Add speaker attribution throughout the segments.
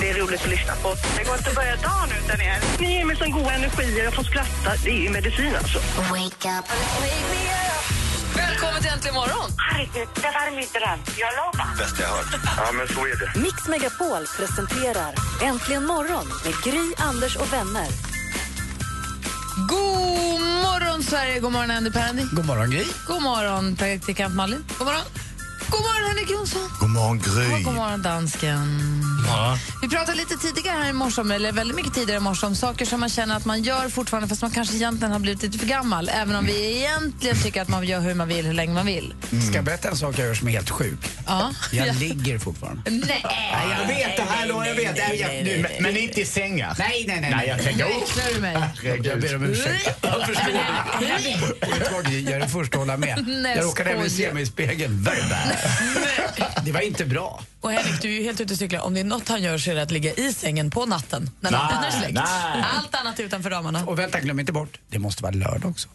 Speaker 1: Det är roligt att lyssna på. Det går inte att börja dagen utan er. Ni ger mig sån god energi. Jag får skratta. Det är ju medicin alltså.
Speaker 2: Wake up.
Speaker 3: Välkommen till Äntligen morgon!
Speaker 1: Herregud, det var min dröm. Jag lovar.
Speaker 4: bästa jag hört. Ja, men så är det.
Speaker 2: Mix Megapol presenterar Äntligen morgon med Gry, Anders och vänner.
Speaker 3: God morgon, Sverige! God morgon, Andy Pandy.
Speaker 5: God morgon, Gry.
Speaker 3: God morgon, praktikant Malin. God morgon, God morgon Henrik Jonsson.
Speaker 6: God morgon, Gry.
Speaker 3: Och god morgon, dansken. Vi pratade lite tidigare här i morse, om, eller väldigt mycket tidigare i morse, om saker som man känner att man gör fortfarande fast man kanske egentligen har blivit lite för gammal. Även om vi egentligen tycker att man gör hur man vill, hur länge man vill.
Speaker 5: Ska jag berätta en sak jag gör som är helt sjuk?
Speaker 3: Ja.
Speaker 5: Jag ligger fortfarande.
Speaker 3: Nej!
Speaker 5: Nej, jag vet det, hallå, jag vet. Nej, jag, nu, men,
Speaker 6: Äh, Men inte i sängar.
Speaker 5: nej, nej, nej.
Speaker 6: Nej, jag tänker... Oh,
Speaker 3: Räknar du mig?
Speaker 5: Jag
Speaker 6: herregud.
Speaker 5: ber om ursäkt. Jag förstår. Och vet du vad, Gry? Jag är den första att hålla med.
Speaker 3: Nej,
Speaker 5: Jag råkade även
Speaker 3: skoja.
Speaker 5: se mig i spegeln. Very bad. Det var inte bra.
Speaker 7: Och Henrik, du är ju helt ute och cyklar. Om det är något han gör så är det att ligga i sängen på natten när
Speaker 6: Nej,
Speaker 7: natten är släckt.
Speaker 6: nej.
Speaker 7: Allt annat är utanför ramarna.
Speaker 5: Och vänta, glöm inte bort, det måste vara lördag också.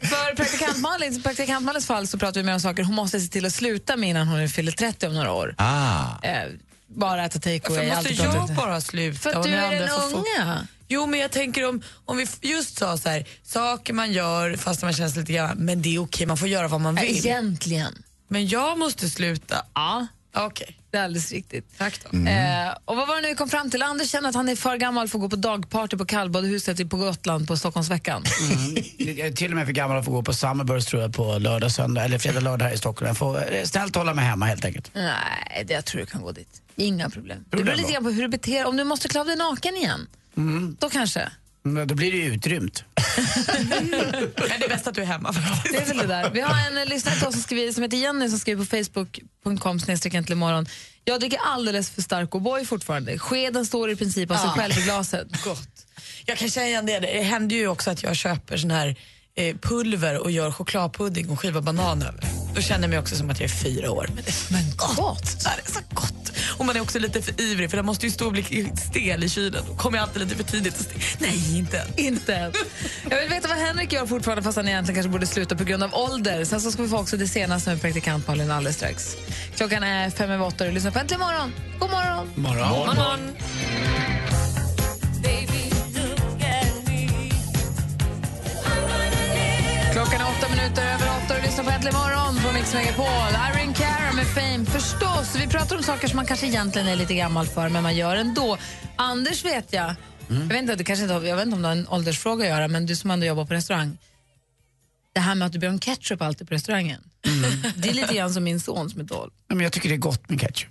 Speaker 3: För praktikant Malins, praktikant Malins fall så pratar vi mer om saker hon måste se till att sluta med innan hon fyller 30 om några år.
Speaker 6: Ah.
Speaker 3: Eh, bara äta takeaway.
Speaker 7: Varför måste
Speaker 3: alltid prata
Speaker 7: jag
Speaker 3: ute.
Speaker 7: bara sluta?
Speaker 3: För att
Speaker 7: och
Speaker 3: du
Speaker 7: ni
Speaker 3: är
Speaker 7: andra
Speaker 3: den
Speaker 7: får få-
Speaker 3: unga.
Speaker 7: Jo, men jag tänker om, om vi f- just sa så här, saker man gör fast man känns lite gammal, men det är okej, man får göra vad man vill.
Speaker 3: Egentligen.
Speaker 7: Men jag måste sluta.
Speaker 3: Ja,
Speaker 7: Okej,
Speaker 3: det är alldeles riktigt.
Speaker 7: tack då.
Speaker 3: Eh, och vad var det nu vi kom fram till? Anders känner att han är för gammal för att gå på dagparty på kallbadehuset på Gotland på Stockholmsveckan.
Speaker 5: Mm. Jag är till och med för gammal att få gå på Summerburst tror jag på lördag, söndag eller fredag, lördag här i Stockholm. Jag får eh, snällt hålla mig hemma helt enkelt.
Speaker 3: Nej, det, jag tror du kan gå dit. Inga problem. Det
Speaker 5: Tror du
Speaker 3: beror
Speaker 5: det
Speaker 3: lite
Speaker 5: då?
Speaker 3: grann på hur du beter Om du måste klä av dig naken igen, då kanske.
Speaker 5: Men Mm, Då blir det ju utrymt.
Speaker 7: Men det är bäst att du är hemma faktiskt.
Speaker 3: Det är väl det där. Vi har en eh, lyssnare till oss som, skriver, som heter Jenny som skriver på facebook.com snedstreck imorgon. Jag dricker alldeles för stark O'boy fortfarande. Skeden står i princip av sig själv i glaset.
Speaker 7: Gott. Jag kan känna igen det. Det händer ju också att jag köper sån här eh, pulver och gör chokladpudding och skivar banan över. Då känner jag mig också som att jag är fyra år. Men det är så gott! Ja, det är så gott. Och man är också lite för ivrig för den måste ju stå och bli stel i kylen. Då kommer jag alltid lite för tidigt. Och stel. Nej, inte än.
Speaker 3: Inte än. Jag vill veta vad Henrik gör fortfarande fast han egentligen kanske borde sluta på grund av ålder. Sen så ska vi få också det senaste med praktikant Malin alldeles strax. Klockan är fem över åtta och du lyssnar på Äntligen morgon. God morgon!
Speaker 5: Morgon.
Speaker 3: Klockan är åtta minuter över åtta och du lyssnar på Äntligen morgon på Mix Megapol. Irene Cara med Fame. Förstås, vi pratar om saker som man kanske egentligen är lite gammal för, men man gör ändå. Anders vet jag,
Speaker 7: Mm.
Speaker 3: jag, vet inte, det kanske inte, har- jag vet inte om det har en åldersfråga att göra, men du som ändå jobbar på restaurang. Det här med att du ber om ketchup alltid på restaurangen.
Speaker 7: Mm.
Speaker 3: Det är lite grann som min son som är dålig.
Speaker 5: Ja, Men jag tycker det är gott med ketchup.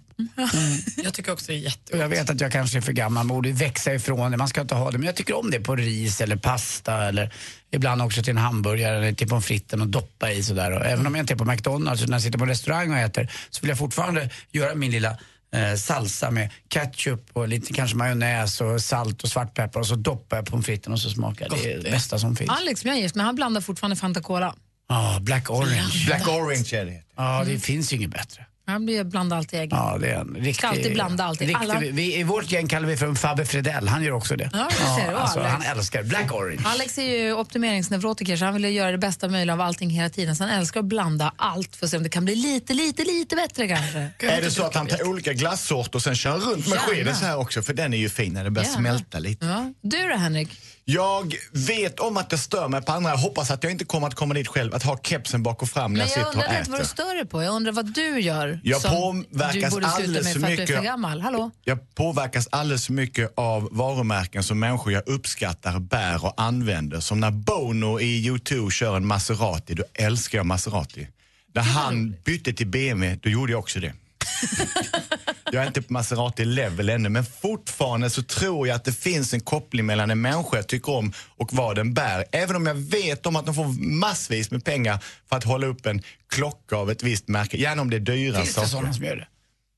Speaker 7: Jag tycker också det är jätte...
Speaker 5: Och jag vet att jag kanske är för gammal, man borde växa ifrån det, man ska inte ha det. Men jag tycker om det på ris eller pasta eller ibland också till en hamburgare eller till pommes fritesen och doppa i sådär. Och även om jag inte är på McDonalds, när jag sitter på en restaurang och äter, så vill jag fortfarande göra min lilla eh, salsa med ketchup och lite kanske majonnäs och salt och svartpeppar och så doppar jag pommes fritesen och så smakar det. Det är det bästa som finns.
Speaker 3: Alex, som jag är gift med, han blandar fortfarande Fanta Cola.
Speaker 5: Ja, black orange.
Speaker 6: Black orange är det.
Speaker 5: Ja, det finns ju inget bättre.
Speaker 3: Han blir- blandar alltid ägg.
Speaker 5: Ja, det är en riktig...
Speaker 3: Ska alltid blanda allting.
Speaker 5: Riktig,
Speaker 3: Alla-
Speaker 5: vi, I vårt gäng kallar vi för en Fabbe Fredell, han gör också det.
Speaker 3: Ja, du ser, och
Speaker 5: alltså,
Speaker 3: Alex.
Speaker 5: han älskar black orange.
Speaker 3: Alex är ju optimeringsneurotiker så han vill ju göra det bästa möjliga av allting hela tiden. Så han älskar att blanda allt för att se om det kan bli lite, lite, lite bättre kanske.
Speaker 6: Är det så att han tar olika glassorter och sen kör runt med
Speaker 3: Gärna.
Speaker 6: skeden så här också? För den är ju fin när den börjar
Speaker 3: Gärna.
Speaker 6: smälta lite.
Speaker 3: Ja. Du då Henrik?
Speaker 6: Jag vet om att jag stör mig på andra. Jag hoppas att jag inte kommer att komma dit själv, att ha kepsen bak och fram
Speaker 3: Men
Speaker 6: när jag
Speaker 3: jag
Speaker 6: sitter och
Speaker 3: undrar inte vad du
Speaker 6: äter.
Speaker 3: större på. Jag undrar vad du gör
Speaker 6: Jag
Speaker 3: som du
Speaker 6: påverkas
Speaker 3: borde sluta
Speaker 6: alldeles
Speaker 3: med
Speaker 6: för
Speaker 3: för att du är för
Speaker 6: mycket.
Speaker 3: gammal. Hallå?
Speaker 6: Jag påverkas alldeles för mycket av varumärken som människor jag uppskattar, bär och använder. Som när Bono i U2 kör en Maserati, då älskar jag Maserati. När han bytte till BMW, då gjorde jag också det. Jag är inte på Maserati-level ännu, men fortfarande så tror jag att det finns en koppling mellan en människa jag tycker om och vad den bär. Även om jag vet om att de får massvis med pengar för att hålla upp en klocka av ett visst märke, gärna om det är dyra
Speaker 5: Finns det
Speaker 6: saker.
Speaker 5: sådana som gör det?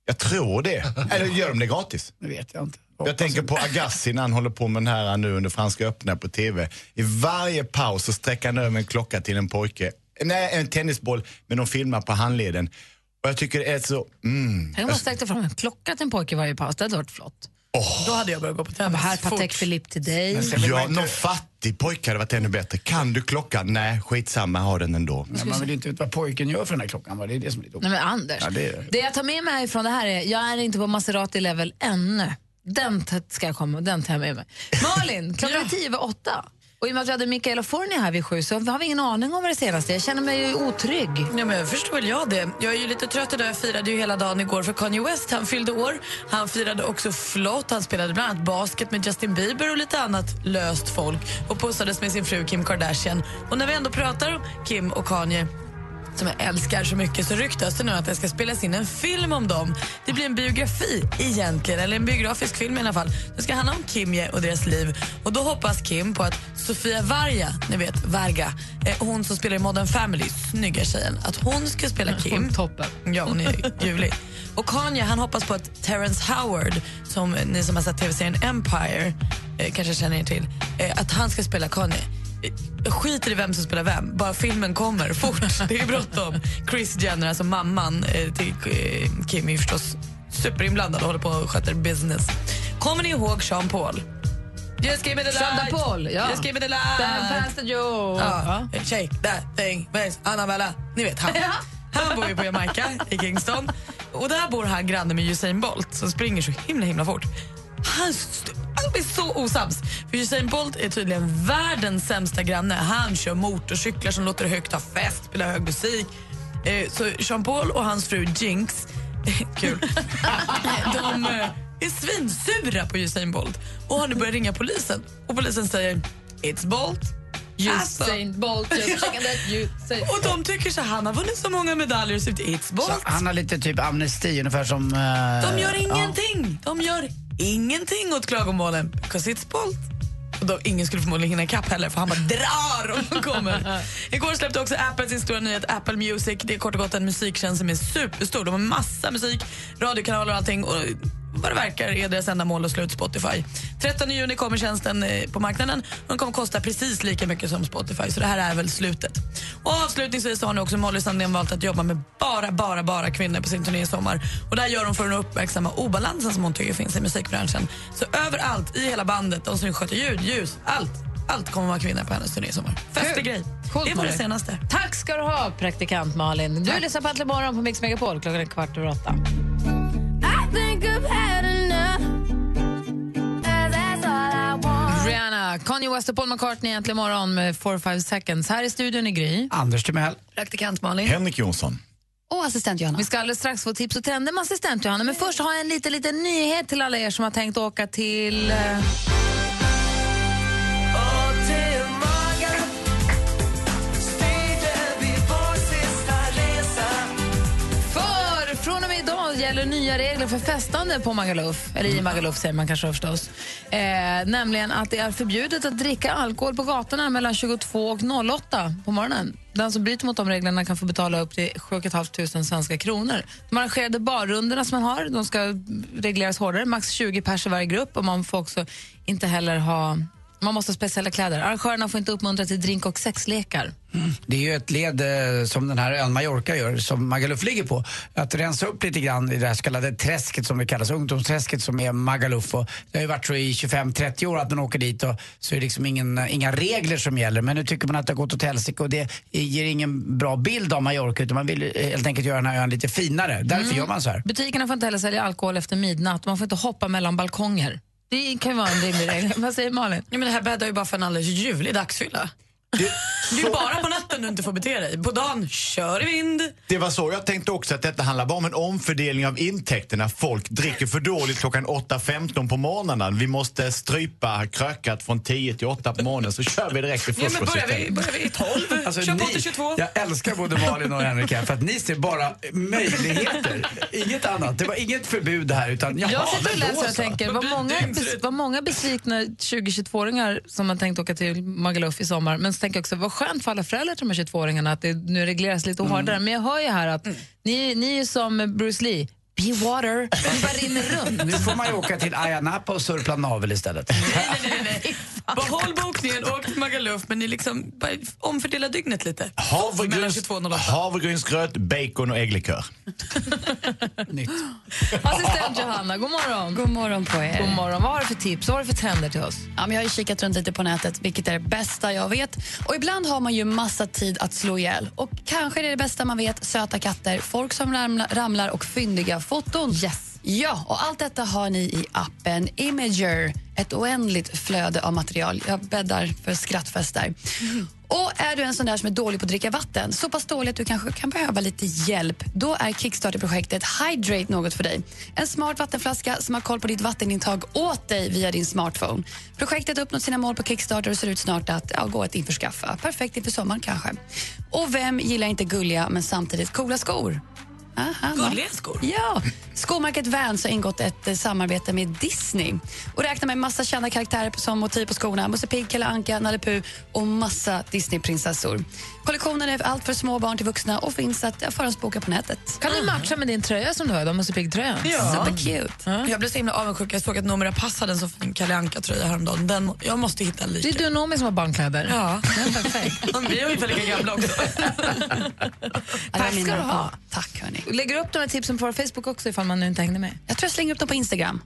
Speaker 6: Jag tror det. Eller gör de det gratis?
Speaker 5: Nu vet jag inte.
Speaker 6: Jag tänker på Agassi när han håller på med den här nu under Franska öppna på TV. I varje paus så sträcker han över en klocka till en pojke. Nej, en tennisboll, men de filmar på handleden. Och jag tycker det är så... Mm.
Speaker 3: Tänk om man sträckte fram en klocka till en pojke i varje paus. Det hade varit flott.
Speaker 7: Då hade jag börjat gå på
Speaker 3: Men
Speaker 7: tennis.
Speaker 3: här,
Speaker 7: Fort.
Speaker 3: Patek Philippe till dig.
Speaker 5: Men sen vill
Speaker 6: Ja,
Speaker 5: man inte-
Speaker 6: någon fattig pojke hade varit ännu bättre. Kan du klockan? Nej, skitsamma, ha den ändå.
Speaker 5: Men man vill inte veta vad pojken gör för den här klockan. Va? Det är det som är lite
Speaker 3: Nej
Speaker 5: okej.
Speaker 3: men Anders,
Speaker 5: Ja,
Speaker 3: det...
Speaker 5: det-
Speaker 3: jag tar med mig härifrån det här är, jag är inte på Maserati level ännu. Den t- ska jag komma, den tar jag med mig. Malin, klockan är tio över åtta. Och i och med att vi hade Mikael och Forni här vid sju så har vi ingen aning om vad det senaste är. Jag känner mig ju otrygg.
Speaker 7: Ja, men jag förstår väl jag det. Jag är ju lite trött idag. Jag firade ju hela dagen igår för Kanye West. Han fyllde år. Han firade också flott. Han spelade bland annat basket med Justin Bieber och lite annat löst folk och pussades med sin fru Kim Kardashian. Och när vi ändå pratar om Kim och Kanye som jag älskar så mycket så ryktas det nu att det ska spelas in en film om dem. Det blir en biografi egentligen, eller en biografisk film i alla fall. Det ska handla om Kimje och deras liv. Och då hoppas Kim på att Sofia Varga, ni vet Varga, eh, hon som spelar i Modern Family, snygga tjejen, att hon ska spela Kim.
Speaker 3: Toppen.
Speaker 7: Ja, hon är ljuvlig. Och Kanye han hoppas på att Terrence Howard, som eh, ni som har sett tv-serien Empire eh, kanske känner er till, eh, att han ska spela Kanye. Eh, jag skiter i vem som spelar vem, bara filmen kommer fort. Det är bråttom. Chris Jenner, alltså mamman eh, till eh, Kim, är ju förstås superinblandad och håller på och sköter business. Kommer ni ihåg Sean Paul? Just give me the light.
Speaker 3: Sandra Paul, ja.
Speaker 7: Just give me the light.
Speaker 3: Ben Pastor Joe.
Speaker 7: Ja. Shake that thing, face Annabella. Ni vet han. Han bor ju på Jamaica, i Kingston. Och där bor han granne med Usain Bolt som springer så himla himla fort. Han, st- han blir så osams. För Usain Bolt är tydligen världens sämsta granne. Han kör motorcyklar som låter högt, har fest, spelar hög musik. Eh, Så Jean Paul och hans fru Jinx, kul, de eh, är svinsura på Usain Bolt. Och har nu börjat ringa polisen. Och polisen säger It's Bolt,
Speaker 3: Usain Bolt. just checking that you say-
Speaker 7: och de tycker så här, han har vunnit så många medaljer och suttit It's
Speaker 5: Så
Speaker 7: Bolt.
Speaker 5: han har lite typ amnesti, ungefär som... eh,
Speaker 7: De gör
Speaker 5: ja.
Speaker 7: ingenting. De gör ingenting åt klagomålen. Because it's Bolt. Och då, ingen skulle förmodligen hinna ikapp heller för han bara drar om de kommer. Igår släppte också Apple sin stora nyhet Apple Music. Det är kort och gott en musiktjänst som är superstor. De har massa musik, radiokanaler och allting. Och vad det verkar är deras enda mål att slå ut Spotify. 13 juni kommer tjänsten eh, på marknaden och den kommer kosta precis lika mycket som Spotify så det här är väl slutet. Och avslutningsvis så har nu också Molly Sandén valt att jobba med bara, bara, bara kvinnor på sin turné i sommar. Och det här gör hon för att uppmärksamma obalansen som hon tycker finns i musikbranschen. Så överallt, i hela bandet, de som sköter ljud, ljus, allt. Allt kommer vara kvinnor på hennes turné i sommar. Festlig
Speaker 3: Kul.
Speaker 7: grej.
Speaker 3: Coolt,
Speaker 7: det var det
Speaker 3: Molly.
Speaker 7: senaste.
Speaker 3: Tack ska du ha, praktikant Malin. Du lyssnar på Äntligen morgon på Mix Megapol. Klockan är kvart över åtta. Rihanna, Kanye West och Paul McCartney äntligen morgon med 4-5 seconds. Här i studion i Gry.
Speaker 5: Anders Timell.
Speaker 7: Praktikant Malin.
Speaker 6: Henrik Jonsson.
Speaker 8: Och assistent Johanna.
Speaker 3: Vi ska alldeles strax få tips och trender med assistent Johanna. Men först har jag en liten, liten nyhet till alla er som har tänkt åka till... eh, För från och med idag gäller nya regler för festande på Magaluf. Eller i Magaluf säger man kanske förstås. Eh, nämligen att det är förbjudet att dricka alkohol på gatorna mellan 22 och 08 på morgonen. Den som bryter mot de reglerna kan få betala upp till 7 500 svenska kronor. De arrangerade barrundorna som man har de ska regleras hårdare. Max 20 pers i varje grupp och man får också inte heller ha man måste ha speciella kläder. Arrangörerna får inte uppmuntra till drink och sexlekar.
Speaker 5: Det är ju ett led eh, som den här ön Mallorca gör, som Magaluf ligger på. Att rensa upp lite grann i det här så kallade träsket som det kallas, ungdomsträsket som är Magaluf. Och det har ju varit så i 25-30 år att man åker dit och så är det liksom ingen, inga regler som gäller. Men nu tycker man att det har gått åt helsike och det ger ingen bra bild av Mallorca utan man vill eh, helt enkelt göra den här ön lite finare. Därför
Speaker 3: Mm.
Speaker 5: gör man så här.
Speaker 3: Butikerna får inte heller sälja alkohol efter midnatt. Man får inte hoppa mellan balkonger. Det kan ju vara en rimlig regel. Vad säger Malin?
Speaker 7: Ja, men det här bäddar ju bara för en alldeles ljuvlig dagsfylla. Det är ju bara på natten du inte får bete dig. På dagen, kör i vind.
Speaker 6: Det var så jag tänkte också att detta handlar bara om en omfördelning av intäkterna. Folk dricker för dåligt klockan 8.15 på morgonen. Vi måste strypa krökat från 10 till 8 på morgonen så kör vi direkt till
Speaker 7: Ja, men börjar,
Speaker 6: frukosthotellet.
Speaker 7: vi, börjar vi i
Speaker 3: Mm.
Speaker 7: tolv,
Speaker 5: Alltså,
Speaker 7: kör på
Speaker 5: ni-
Speaker 7: till 22.
Speaker 5: Jag älskar både Malin och Henrik här för att ni ser bara möjligheter. Inget annat. Det var inget förbud här utan jaha,
Speaker 3: Jag sitter och
Speaker 5: men då
Speaker 3: läser och
Speaker 5: så.
Speaker 3: tänker, vad många, bes- vad många besvikna 20-22-åringar som man tänkt åka till Magaluf i sommar. Men så tänker jag också, vad skönt för alla föräldrar till de
Speaker 7: Mm.
Speaker 3: här 22-åringarna att det nu regleras lite hårdare. Men jag hör ju här att ni, ni är ju som Bruce Lee, Be water. Det bara rinner runt.
Speaker 5: Nu får man ju åka till Ayia Napa och surpla navel istället.
Speaker 7: Behåll bokningen, åk till Magaluf, men ni liksom bara omfördela dygnet lite. Mellan 22 och 08.
Speaker 6: Havregryns, havregrynsgröt, bacon och ägglikör.
Speaker 3: Assistent Johanna, god morgon.
Speaker 8: God morgon på er.
Speaker 3: God morgon. Vad har du för tips? Vad har du för trender till oss?
Speaker 8: Ja, men jag har ju kikat runt lite på nätet, vilket är det bästa jag vet. Och ibland har man ju massa tid att slå ihjäl. Och kanske det är det bästa man vet, söta katter, folk som ramla, ramlar och fyndiga foton. Yes. Ja, och allt detta har ni i appen Imager. Ett oändligt flöde av material. Jag bäddar för skrattfest där. Och är du en sån där som är dålig på att dricka vatten, så pass dålig att du kanske kan behöva lite hjälp, då är Kickstarter-projektet Hydrate något för dig. En smart vattenflaska som har koll på ditt vattenintag åt dig via din smartphone. Projektet har uppnått sina mål på Kickstarter och ser ut snart att ja, gå att införskaffa. Perfekt inför sommaren kanske. Och vem gillar inte gulliga men samtidigt coola skor? Aha, va?
Speaker 7: Gulliga skor?
Speaker 8: Ja! Skomärket Vans har ingått ett eh, samarbete med Disney och räknar med massa kända karaktärer som motiv på skorna. Musse Pigg, Kalle Anka, Nalle Puh och massa Disneyprinsessor. Kollektionen är allt för små barn till vuxna och finns att ja, förhandsboka på nätet.
Speaker 3: Kan du matcha med din tröja som du har idag, Musse Pigg-tröjan?
Speaker 7: Ah. Ja.
Speaker 8: Supercute.
Speaker 7: Jag blev så himla avundsjuk. Jag såg att Noomi Rapace hade en så fin Kalle Anka-tröja häromdagen. Den, jag måste hitta en
Speaker 3: Det är
Speaker 7: lik.
Speaker 3: du och Noomi som har barnkläder.
Speaker 7: Ja.
Speaker 3: Den är perfekt.
Speaker 7: Vi är ungefär lika gamla också.
Speaker 3: Tack ska du ha.
Speaker 8: Tack hörni.
Speaker 3: Lägger upp de här tipsen på vår Facebook också ifall man nu inte hängde med.
Speaker 8: Jag tror jag slänger upp dem på Instagram.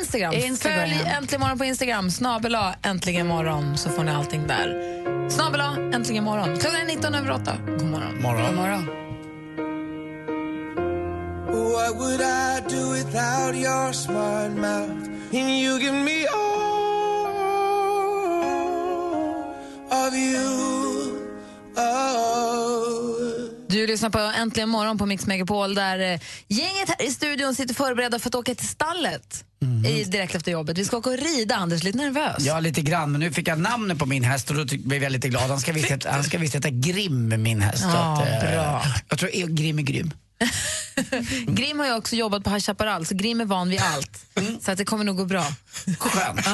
Speaker 3: Instagram.
Speaker 8: Instagram.
Speaker 3: Följ Äntligen morgon på Instagram. Snabel A, Äntligen morgon, så får ni allting där. Snabel A, Äntligen morgon. Klockan är 19 över 8. God morgon.
Speaker 8: God morgon.
Speaker 9: What would I do without your smart mouth? And you give me all of you. Oh.
Speaker 3: Du lyssnar på Äntligen morgon på Mix Megapol där eh, gänget här i studion sitter förberedda för att åka till stallet i, direkt efter jobbet. Vi ska åka och rida. Anders lite nervös.
Speaker 5: Ja, lite grann. Men nu fick jag namnet på min häst och då tyck- blev jag lite glad. Han ska visst heta, han ska visst heta Grim, min häst. Så
Speaker 3: Ja,
Speaker 5: eh,
Speaker 3: bra.
Speaker 5: Jag tror eh, Grim är grym.
Speaker 3: Grim har ju också jobbat på High Chaparral, så Grim är van vid allt. Så att det kommer nog gå bra.
Speaker 5: Skönt.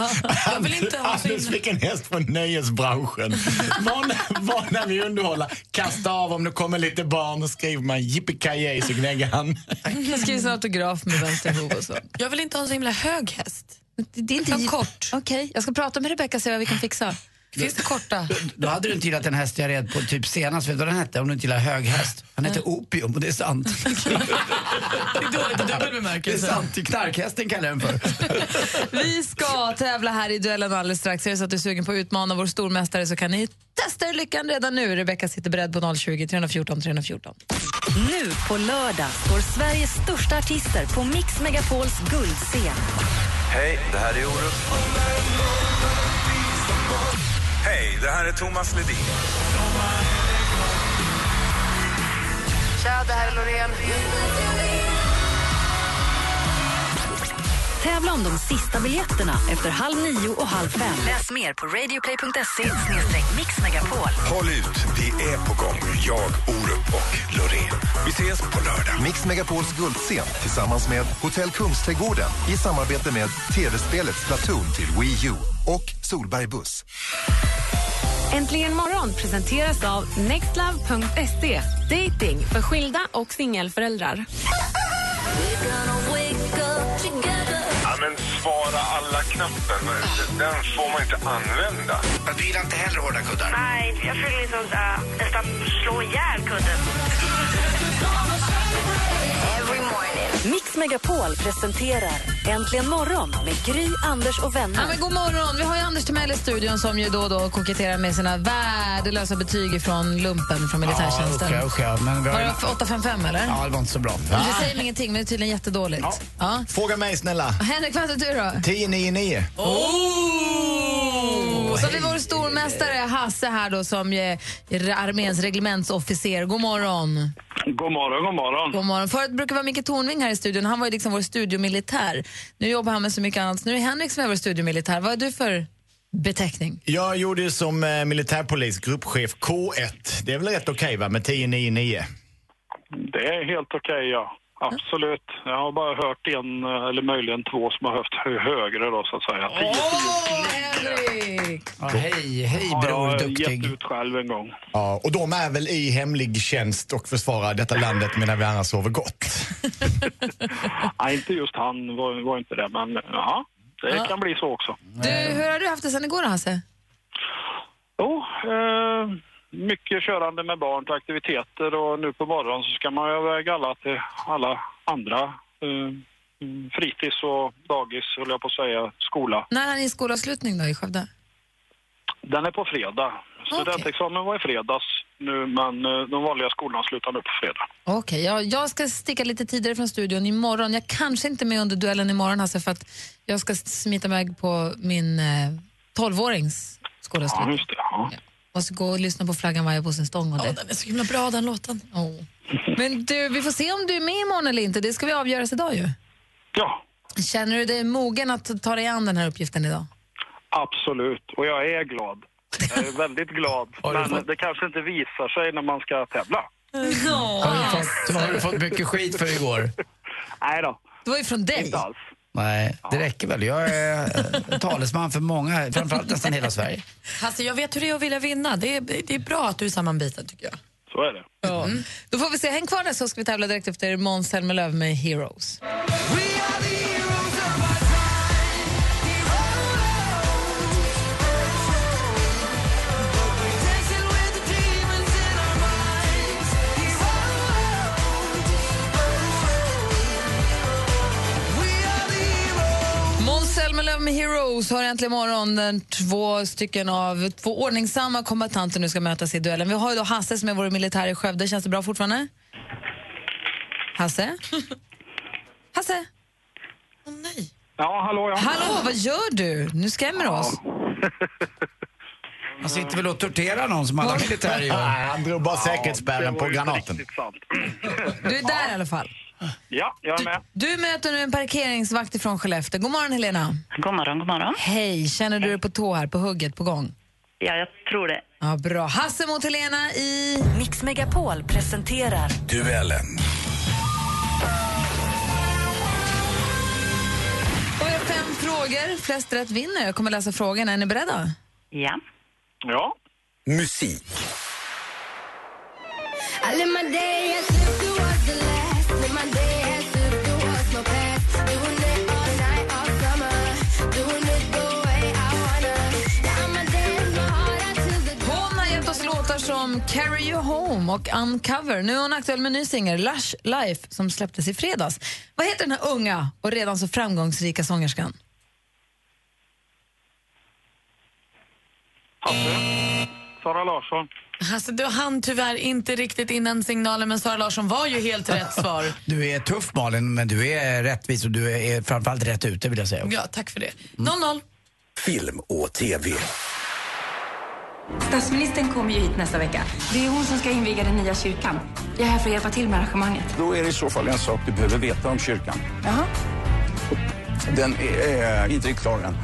Speaker 7: Jag vill inte ha så
Speaker 6: Anders
Speaker 7: himla...
Speaker 6: fick en häst från nöjesbranschen. Vana, vana vid underhålla. Kasta av om det kommer lite barn. Då skriver man yippee så gnäggar han.
Speaker 3: Jag skriver en autograf med vänster hov och så.
Speaker 7: Jag vill inte ha en så himla hög häst.
Speaker 3: Det, det är inte
Speaker 7: Utan kort.
Speaker 3: Okej, jag ska prata med Rebecca och se vad vi kan fixa. Finns det korta?
Speaker 5: Då hade du inte gillat den häst jag red på typ senast. Vet du vad den hette? Om du inte gillar höghäst. Han hette Opium och det är sant.
Speaker 7: Det är dåligt i dubbel
Speaker 5: Det är
Speaker 7: bemärkelse.
Speaker 5: sant. Knarkhästen kallar jag den för.
Speaker 3: Vi ska tävla här i duellen alldeles strax. Är det så att du är sugen på att utmana vår stormästare så kan ni testa er lyckan redan nu. Rebecca sitter beredd på 020 314 314.
Speaker 2: Nu på lördag står Sveriges största artister på Mix Megapols guldscen.
Speaker 4: Hej, det här är Orup. Hej, det här är Thomas Ledin.
Speaker 2: Tävla om de sista biljetterna efter halv nio och halv fem. Läs mer på radioplay.se mixmegapol.
Speaker 4: Håll ut, vi är på gång. Jag, Orup och Loreen. Vi ses på lördag.
Speaker 10: Mix Megapols guldscen tillsammans med Hotell Kungsträdgården i samarbete med tv-spelet Splatoon till Wii U och Solberg Buss.
Speaker 11: Äntligen morgon presenteras av nextlove.se. Dating för skilda och singelföräldrar.
Speaker 4: Ja, men svara alla-knappen, den får man inte använda.
Speaker 5: Du gillar inte heller hårda kuddar?
Speaker 1: Nej, jag vill liksom äh, nästan slå ihjäl kudden.
Speaker 2: Mix Megapol presenterar Äntligen morgon med Gry, Anders och
Speaker 3: Ja,
Speaker 2: vänner.
Speaker 3: men god morgon! Vi har ju Anders Timell i studion som ju då och då koketterar med sina värdelösa betyg från lumpen från militärtjänsten.
Speaker 5: Ja, usch, ja, usch, ja. Men vi har
Speaker 3: Var
Speaker 5: ju...
Speaker 3: det 855 eller?
Speaker 5: Ja, det var inte så bra.
Speaker 3: Det säger mig ingenting, men det är tydligen jättedåligt. Ja.
Speaker 6: Fråga mig snälla.
Speaker 3: Henrik, vad heter du då?
Speaker 6: 1099.
Speaker 3: Så har vi vår stormästare Hasse här då som är arméns reglementsofficer. God morgon.
Speaker 4: God morgon, god morgon.
Speaker 3: God morgon. Förut brukade det vara Micke Tornving här i studion. Han var ju liksom vår studiomilitär. Nu jobbar han med så mycket annat. Så nu är Henrik som är vår studiomilitär. Vad är du för beteckning?
Speaker 6: Jag gjorde ju som eh, militärpolis gruppchef K1. Det är väl rätt okej va, med 1099?
Speaker 4: Det är helt okej, ja.
Speaker 12: Absolut. Jag har bara hört en, eh, eller möjligen två, som har haft hö- högre då så att säga. Tio,
Speaker 5: Ja, hej, hej bror,
Speaker 12: jag
Speaker 5: duktig.
Speaker 12: gett ut själv en gång.
Speaker 6: Ja, och de är väl i hemlig tjänst och försvarar detta landet medan vi andra sover gott.
Speaker 12: Nej, inte just han var, var inte det, men ja, det
Speaker 3: Ja.
Speaker 12: kan bli så också.
Speaker 3: Du, hur har du haft det sen igår, Hasse?
Speaker 12: Jo, eh, mycket körande med barn till aktiviteter och nu på morgonen så ska man ju väga alla till alla andra. Eh, mm, fritids och dagis, höll jag på att säga, skola.
Speaker 3: När är din skolavslutning då i Skövde?
Speaker 12: Den är på fredag. Studentexamen var i fredags nu, men eh, de vanliga skolorna slutar nu på fredag.
Speaker 3: Okej, jag, jag ska sticka lite tidigare från studion imorgon. Jag kanske inte är med under duellen imorgon, Hasse, för att jag ska smita iväg på min eh, 12-årings
Speaker 12: Ja,
Speaker 3: skolavslutning.
Speaker 12: just det. Ja.
Speaker 3: Måste gå och lyssna på Flaggan vajar på sin stång och det.
Speaker 7: Den är så himla bra den låten.
Speaker 3: Men du, vi får se om du är med imorgon eller inte. Det ska vi avgöras idag ju.
Speaker 12: Ja.
Speaker 3: Känner du dig mogen att ta dig an den här uppgiften idag?
Speaker 12: Absolut, och jag är glad. Jag är väldigt glad, men det kanske inte visar sig när man ska tävla.
Speaker 5: Har du fått, har du fått mycket skit för igår?
Speaker 12: Nej då.
Speaker 3: Det var ju från dig. Inte
Speaker 12: alls.
Speaker 5: Nej, det räcker väl. Jag är eh, talesman för många, framförallt nästan hela Sverige.
Speaker 7: Hasse, jag vet hur det är att vilja vinna. Det är, det är bra att du är sammanbiten tycker jag.
Speaker 12: Så är det.
Speaker 3: Ja. Mm. Då får vi se. Häng kvar där så ska vi tävla direkt efter Måns Zelmerlöw med Heroes. Måns Zelmerlöw med Heroes har äntligen morgon när två stycken av två ordningsamma kombatanter nu ska mötas i duellen. Vi har ju då Hasse som är vår militär i Skövde. Känns det bra fortfarande? Hasse? Hasse?
Speaker 12: Ja, hallå ja.
Speaker 3: Hallå, vad gör du? Nu skrämmer oss.
Speaker 5: Han sitter väl och torterar någon som alla militärer gör?
Speaker 6: Nej, han drog bara säkerhetsspärren på granaten.
Speaker 3: Du är där i alla fall.
Speaker 12: Ja, jag är med.
Speaker 3: Du möter nu en parkeringsvakt ifrån Skellefteå. God morgon, Helena.
Speaker 13: God morgon, god morgon.
Speaker 3: Hej, känner du dig på tå här, på hugget, på gång?
Speaker 13: Ja, jag tror det.
Speaker 3: Ja, bra. Hasse mot Helena i...
Speaker 2: Mix Megapol presenterar
Speaker 14: Duellen.
Speaker 3: Och vi har fem frågor. Flest rätt vinner. Jag kommer läsa frågorna. Är ni beredda?
Speaker 13: Ja.
Speaker 12: Ja.
Speaker 14: Musik.
Speaker 3: Hon har gett oss låtar som Carry You Home och Uncover. Nu är hon aktuell med en ny singel, Lush Life, som släpptes i fredags. Vad heter den här unga och redan så framgångsrika sångerskan?
Speaker 12: Sara Larsson.
Speaker 7: Hasse, du hann tyvärr inte riktigt innan signalen men Sara Larsson var ju helt rätt svar.
Speaker 5: Du är tuff Malin, men du är rättvis och du är framförallt rätt ute vill jag säga.
Speaker 7: Ja, tack för det. 0-0.
Speaker 14: Film och TV.
Speaker 15: Statsministern kommer ju hit nästa vecka. Det är hon som ska inviga den nya kyrkan. Jag är här för att hjälpa till med arrangemanget.
Speaker 14: Då är det i så fall en sak du behöver veta om kyrkan.
Speaker 15: Jaha.
Speaker 14: Den är eh, inte klar än.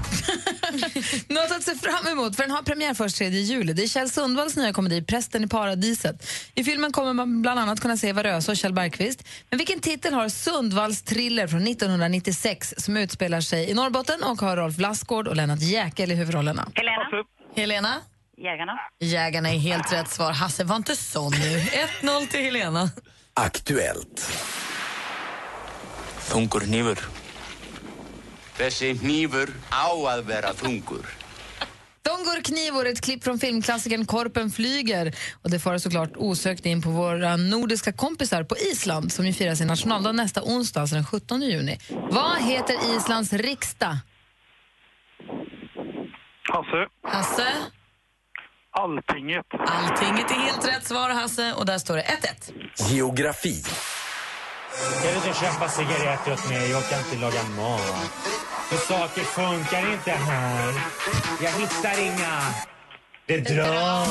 Speaker 3: Något att se fram emot, för den har premiär först 3 juli. Det är Kjell Sundvalls nya komedi Prästen i paradiset. I filmen kommer man bland annat kunna se Eva Röse och Kjell Bergqvist. Men vilken titel har Sundvalls thriller från 1996 som utspelar sig i Norrbotten och har Rolf Lassgård och Lennart Jäkel i huvudrollerna?
Speaker 13: Helena.
Speaker 7: Helena?
Speaker 13: Jägarna.
Speaker 7: Jägarna är helt rätt svar. Hasse, var inte sån nu. 1-0 till Helena.
Speaker 14: Aktuellt.
Speaker 16: Þungurnífur. Þessi hnífur á að vera þungur.
Speaker 3: Dongur Knivor, ett klipp från filmklassikern Korpen flyger. Och det för oss såklart osökt in på våra nordiska kompisar på Island som ju firar sin nationaldag nästa onsdag, alltså den 17 juni. Vad heter Islands riksdag?
Speaker 12: Hasse.
Speaker 7: Hasse?
Speaker 12: Alltinget.
Speaker 7: Alltinget är helt rätt svar, Hasse. Och där står det 1-1.
Speaker 14: Geografi.
Speaker 17: Jag vill inte köpa cigaretter åt mig, jag kan inte laga mat. För saker funkar inte här. Jag hittar inga. Det drar.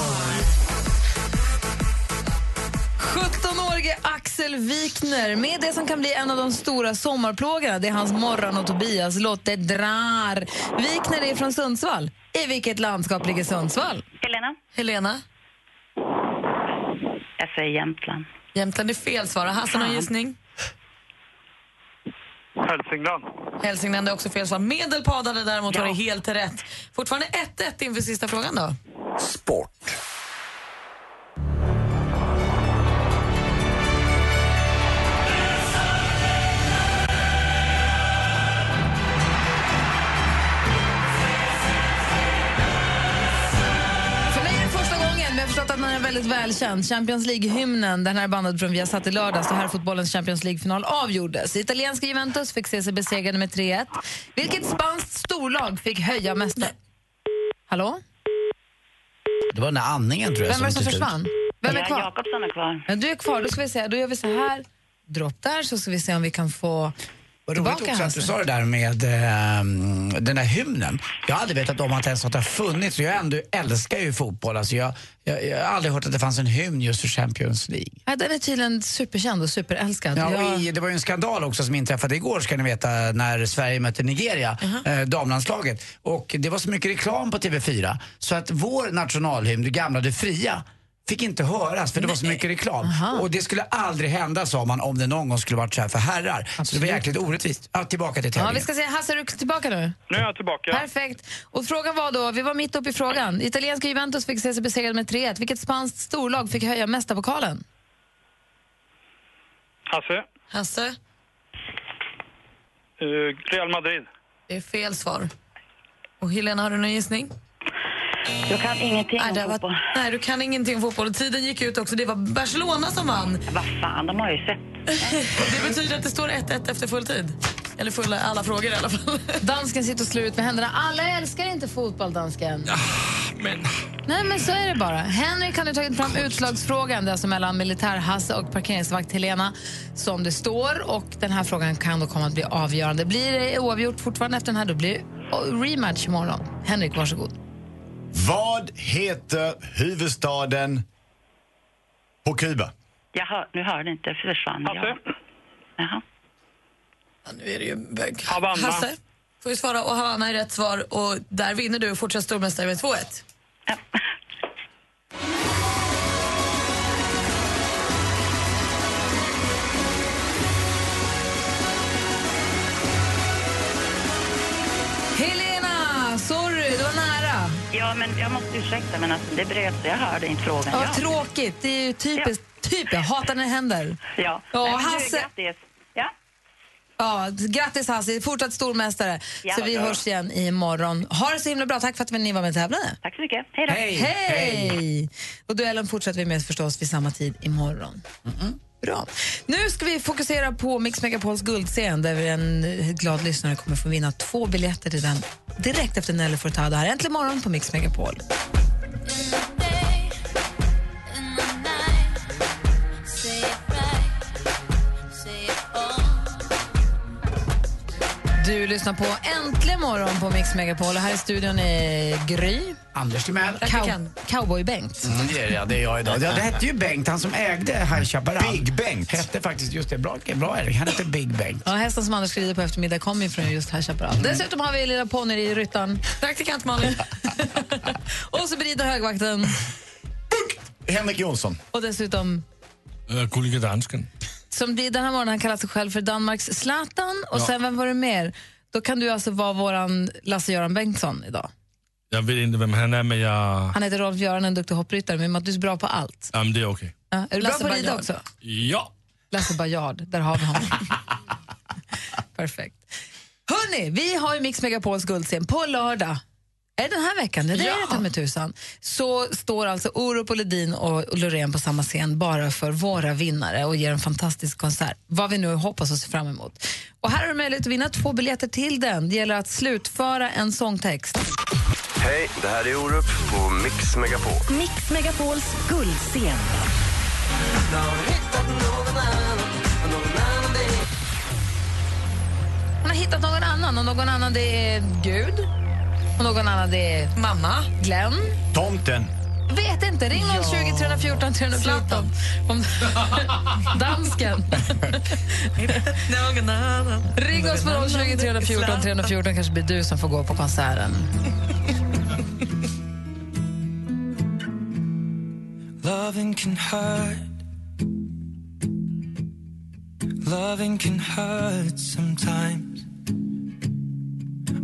Speaker 3: 17-årige Axel Wikner med det som kan bli en av de stora sommarplågorna. Det är hans Morran och Tobias-låt Det drar. Wikner är från Sundsvall. I vilket landskap ligger Sundsvall?
Speaker 13: Helena.
Speaker 7: Helena?
Speaker 13: Jag säger Jämtland.
Speaker 7: Jämtland är fel svar. Hasse, någon gissning?
Speaker 12: Hälsingland.
Speaker 7: Hälsingland är också fel svar. Medelpad hade däremot
Speaker 12: Ja.
Speaker 7: varit helt rätt. Fortfarande 1-1 inför sista frågan då.
Speaker 14: Sport.
Speaker 3: För mig är det första gången, men jag har förstått att den är väldigt välkänd. Champions League-hymnen, den här bandet från Viasat i lördags då herrfotbollens Champions League-final avgjordes. Italienska Juventus fick se sig besegrade med 3-1. Vilket spanskt storlag fick höja mest... Hallå?
Speaker 5: Det var den där andningen tror jag.
Speaker 3: Vem var det som
Speaker 5: till slut-
Speaker 3: försvann? Vem är
Speaker 13: Ja,
Speaker 3: kvar?
Speaker 13: Jakobsson är kvar.
Speaker 3: Ja, du är kvar, då ska vi se. Då gör vi så här. Dropp där så ska vi se om vi kan få
Speaker 5: Vad roligt
Speaker 3: tillbaka
Speaker 5: också att du
Speaker 3: Hansen.
Speaker 5: sa det där med ehm, den där hymnen. Jag hade vetat om att det ens något har funnits. Jag ändå älskar ju fotboll. Alltså jag, jag, jag har aldrig hört att det fanns en hymn just för Champions League.
Speaker 3: Ja, den är tydligen superkänd och superälskad.
Speaker 5: Ja, och
Speaker 3: Jag-
Speaker 5: i, det var ju en skandal också som inträffade igår ska ni veta när Sverige mötte Nigeria, eh, damlandslaget. Och det var så mycket reklam på TV4 så att vår nationalhymn, Du gamla du fria, fick inte höras för det var så mycket reklam. Och det skulle aldrig hända sa man om det någon gång skulle varit så här för herrar. Så det var jäkligt orättvist. Ja, tillbaka till
Speaker 3: Ja,
Speaker 5: tävlingen.
Speaker 3: vi ska se. Hasse, är du tillbaka nu?
Speaker 12: Nu är jag tillbaka.
Speaker 3: Perfekt. Och frågan var då, vi var mitt uppe i frågan. Italienska Juventus fick se sig besegrade med 3-1. Vilket spanskt storlag fick höja mästarpokalen?
Speaker 12: Hasse?
Speaker 7: Hasse?
Speaker 12: Eh, Real Madrid.
Speaker 7: Det är fel svar. Och Helena, har du någon gissning?
Speaker 13: Jag kan ingenting
Speaker 7: nej, om fotboll. Nej, du kan ingenting om fotboll. Och Tiden gick ut också. Det var Barcelona som vann.
Speaker 13: Vad fan, de har ju sett.
Speaker 7: det betyder att det står 1-1 efter full tid. Eller fulla alla frågor i alla fall.
Speaker 3: Dansken sitter och slår ut med händerna. Alla älskar inte fotboll, dansken.
Speaker 14: Men...
Speaker 3: Nej, men så är det bara. Henrik hade tagit fram utslagsfrågan, det är alltså mellan militär-Hasse och parkeringsvakt Helena, som det står. Och den här frågan kan då komma att bli avgörande. Blir det oavgjort fortfarande efter den här, då blir det rematch imorgon. Henrik, varsågod.
Speaker 6: Vad heter huvudstaden på Kuba?
Speaker 13: Jag hör, nu hörde inte, jag försvann. Hasse? Jaha.
Speaker 7: Nu är det ju bög.
Speaker 13: Havanna.
Speaker 7: Hasse får ju svara och Havanna är rätt svar och där vinner du och fortsätter stormästare med 2-1.
Speaker 3: Helena, sorry, det var nära.
Speaker 13: Ja, men jag måste ursäkta, men alltså, det bröt sig. Jag hörde inte frågan.
Speaker 3: Ja,
Speaker 13: Ja.
Speaker 3: tråkigt. Det är ju typiskt. Typ, jag hatar när det händer.
Speaker 13: Ja,
Speaker 3: Ja,
Speaker 13: Nej, men du,
Speaker 3: Hasse.
Speaker 13: Grattis. Ja.
Speaker 3: Ja, grattis Hasse, fortsatt stormästare.
Speaker 13: Ja,
Speaker 3: så vi
Speaker 13: ja.
Speaker 3: hörs igen imorgon. Ha det så himla bra. Tack för att ni var med och tävlade.
Speaker 13: Tack så mycket. Hej då.
Speaker 3: Hej! Hej. Och duellen fortsätter vi med förstås vid samma tid imorgon. Bra. Nu ska vi fokusera på Mix Megapols guldscen där vi en glad lyssnare kommer få vinna två biljetter till den direkt efter Nelly Furtado här. Äntligen morgon på Mix Megapol. Du lyssnar på Äntligen morgon på Mix Megapol. Här i studion är Gry.
Speaker 5: Anders Timell.
Speaker 3: Cow- Cowboy-Bengt.
Speaker 5: Mm, det är det, ja, det är jag idag. Ja, det hette ju Bengt, han som ägde High Chaparral. Big Bengt. Hette faktiskt, just det, bra, bra Erik, han hette Big Bengt.
Speaker 3: Ja, hästen som Anders rider på eftermiddag kommer ju från just här Chaparral. Dessutom har vi lilla ponny i ryttan.
Speaker 7: Praktikant Malin.
Speaker 3: och så berider högvakten.
Speaker 6: Henrik Jonsson.
Speaker 3: Och dessutom,
Speaker 18: Gullige Eh, dansken.
Speaker 3: som det- den här morgonen han kallar sig själv för Danmarks Zlatan. Och
Speaker 18: Ja.
Speaker 3: sen, vem var det mer? Då kan du alltså vara våran Lasse-Göran Bengtsson idag.
Speaker 18: Jag vet inte vem han är, men jag...
Speaker 3: Han heter Rolf-Göran, en duktig hoppryttare, men Matt, du är så bra på allt.
Speaker 18: Ja, men det är okej.
Speaker 3: Ja, är du bra
Speaker 18: Lasse
Speaker 3: på att rida
Speaker 18: Bajard.
Speaker 3: också?
Speaker 18: Ja.
Speaker 3: Lasse Bajard, där har vi honom. Perfekt. Hörni, vi har ju Mix Megapols guldscen på lördag. Är det den här veckan? Det är det ta med tusan. Så står alltså Orup och Ledin och Loreen på samma scen bara för våra vinnare och ger en fantastisk konsert. Vad vi nu hoppas och ser fram emot. Och här är det möjlighet att vinna två biljetter till den. Det gäller att slutföra en sångtext.
Speaker 19: Hej, det här är Orup på Mix Megapol.
Speaker 2: Mix Megapols guldscen.
Speaker 3: Han har hittat någon annan och någon annan det är Gud. Och någon annan det är... Mamma. Glenn.
Speaker 6: Tomten.
Speaker 3: Vet inte. Ring 020 314 314. Om, dansken. Ring oss på 020 314 314. kanske blir du som får gå på konserten.
Speaker 9: Loving can hurt.
Speaker 20: loving can hurt sometimes,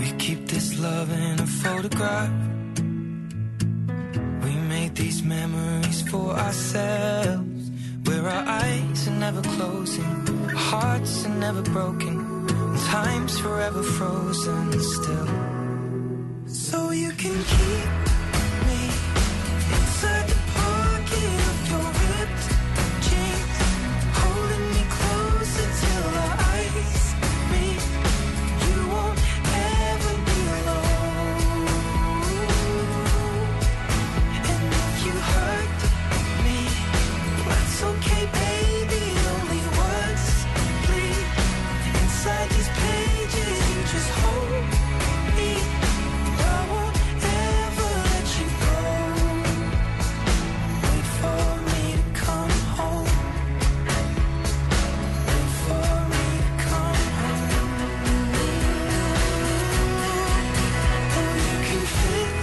Speaker 20: We keep this love in a photograph. We made these memories for ourselves. Where our eyes are never closing, hearts are never broken, and time's forever frozen still. So you can keep me inside the pocket of your ripped jeans, holding me closer till our eyes meet. You won't ever be alone. And if you hurt me, that's okay, baby. Only words bleed inside these pages. You just hold me. I won't ever let you go. Wait for me to come home. Wait for me to come home. Oh, you can fit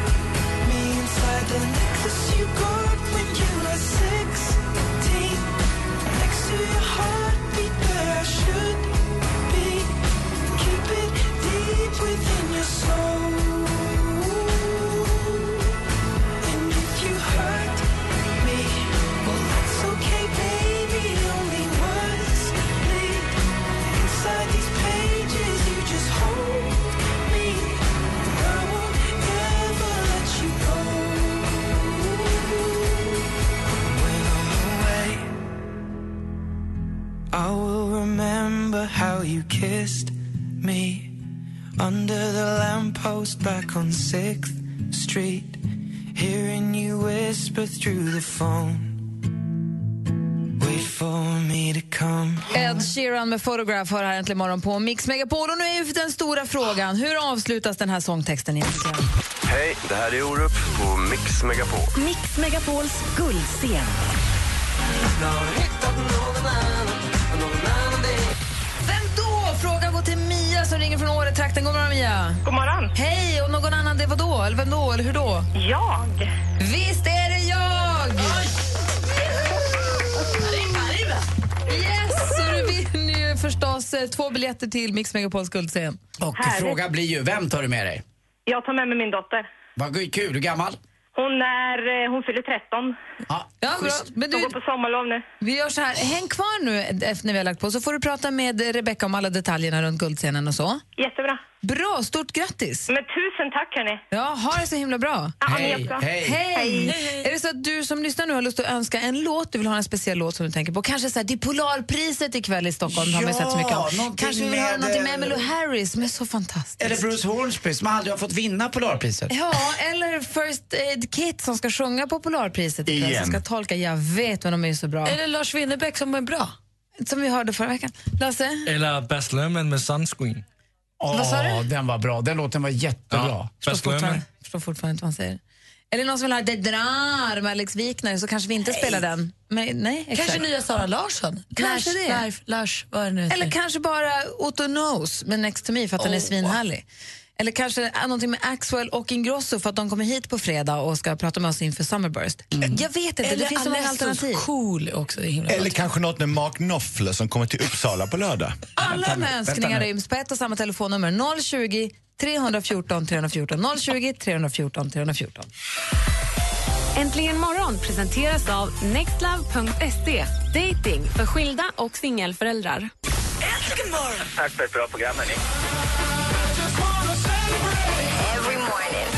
Speaker 20: me inside the necklace you got when you were sixteen. Next to your heartbeat, where I should be. Keep it deep within your soul. And if you hurt me, well that's okay, baby. Only words bleed inside these pages. You just hold me. I won't ever let you go. When I'm away, I will remember how you kissed me under the lamppost back on 6th Street, hearing you whisper through the phone. Wait for me to come
Speaker 3: Ed Sheeran med Photograph har här äntligen morgon på Mix Megapol. Och nu är ju den stora frågan, hur avslutas den här sångtexten egentligen?
Speaker 19: Hej, det här är Orup på Mix Megapol.
Speaker 2: Mix Megapols guldscen.
Speaker 3: Vem då? Frågan går till Mia som ringer från Åretrakten. God morgon, Mia. God morgon. Hej, och någon annan det var då? Eller vem då? Eller hur då? Jag. Visst är det jag! Yes, så du vinner ju förstås eh, två biljetter till Mix Megapols guldscen.
Speaker 5: Och frågan blir ju, vem tar du med dig?
Speaker 21: Jag tar med mig min dotter.
Speaker 5: Vad kul, hur gammal?
Speaker 21: Hon, är, eh, hon fyller 13.
Speaker 5: Ja,
Speaker 3: bra. Men du...
Speaker 21: Hon går på sommarlov nu.
Speaker 3: Vi gör så här, häng kvar nu efter när vi har lagt på så får du prata med Rebecca om alla detaljerna runt guldscenen och så.
Speaker 21: Jättebra.
Speaker 3: Bra, stort grattis!
Speaker 21: Men tusen tack hörni.
Speaker 3: Ja, ha det så himla bra.
Speaker 21: Ja, ha det Hej, jättebra. hej.
Speaker 3: Hej.
Speaker 21: Hej.
Speaker 3: Är det så att du som lyssnar nu har lust att önska en låt, du vill ha en speciell låt som du tänker på, kanske så här, det är Polarpriset ikväll i Stockholm, det har man ju
Speaker 5: Ja,
Speaker 3: sett så mycket om.
Speaker 5: någonting
Speaker 3: Kanske vi vill höra
Speaker 5: med,
Speaker 3: någonting med
Speaker 5: eh,
Speaker 3: Emmylou Harris som är så fantastisk.
Speaker 5: Eller Bruce Hornsby som aldrig har fått vinna Polarpriset.
Speaker 3: Ja, eller First Aid Kit som ska sjunga på Polarpriset ikväll,
Speaker 5: Igen.
Speaker 3: som ska tolka Jag vet, men de är ju så bra.
Speaker 7: Eller Lars Winnerbäck som är bra.
Speaker 3: Som vi hörde förra veckan. Lasse?
Speaker 18: Eller Baz Luhrmann med Sunscreen.
Speaker 3: Vad sa du?
Speaker 5: Den var bra, den låten var jättebra.
Speaker 18: Baz Luhrmann.
Speaker 3: Jag förstår fortfarande inte vad han säger. Eller någon som vill ha Det drar med Alex Wikner så kanske vi inte spelar den. Men, nej, exakt.
Speaker 7: Kanske nya Sara Larsson?
Speaker 3: Kanske
Speaker 7: Lars,
Speaker 3: det.
Speaker 7: Lars, Lars, vad är det nu heter?
Speaker 3: Eller kanske bara Otto Knows med Next to me för att den är svinhärlig. Eller kanske ah, någonting med Axwell och Ingrosso för att de kommer hit på fredag och ska prata med oss inför Summerburst. Mm. Jag vet inte,
Speaker 7: Eller
Speaker 3: det finns så många
Speaker 7: Alessos
Speaker 3: alternativ.
Speaker 7: cool också. är himla
Speaker 6: Eller kanske något med Mark Knopfler som kommer till Uppsala på lördag.
Speaker 3: Alla de här
Speaker 6: Vänta
Speaker 3: önskningarna
Speaker 6: nu.
Speaker 3: ryms på ett och samma telefonnummer 020 314 314 020 314 314.
Speaker 11: Äntligen morgon presenteras av nextlove.se. Dating för skilda och singelföräldrar.
Speaker 19: Tack för ett bra program, hörni.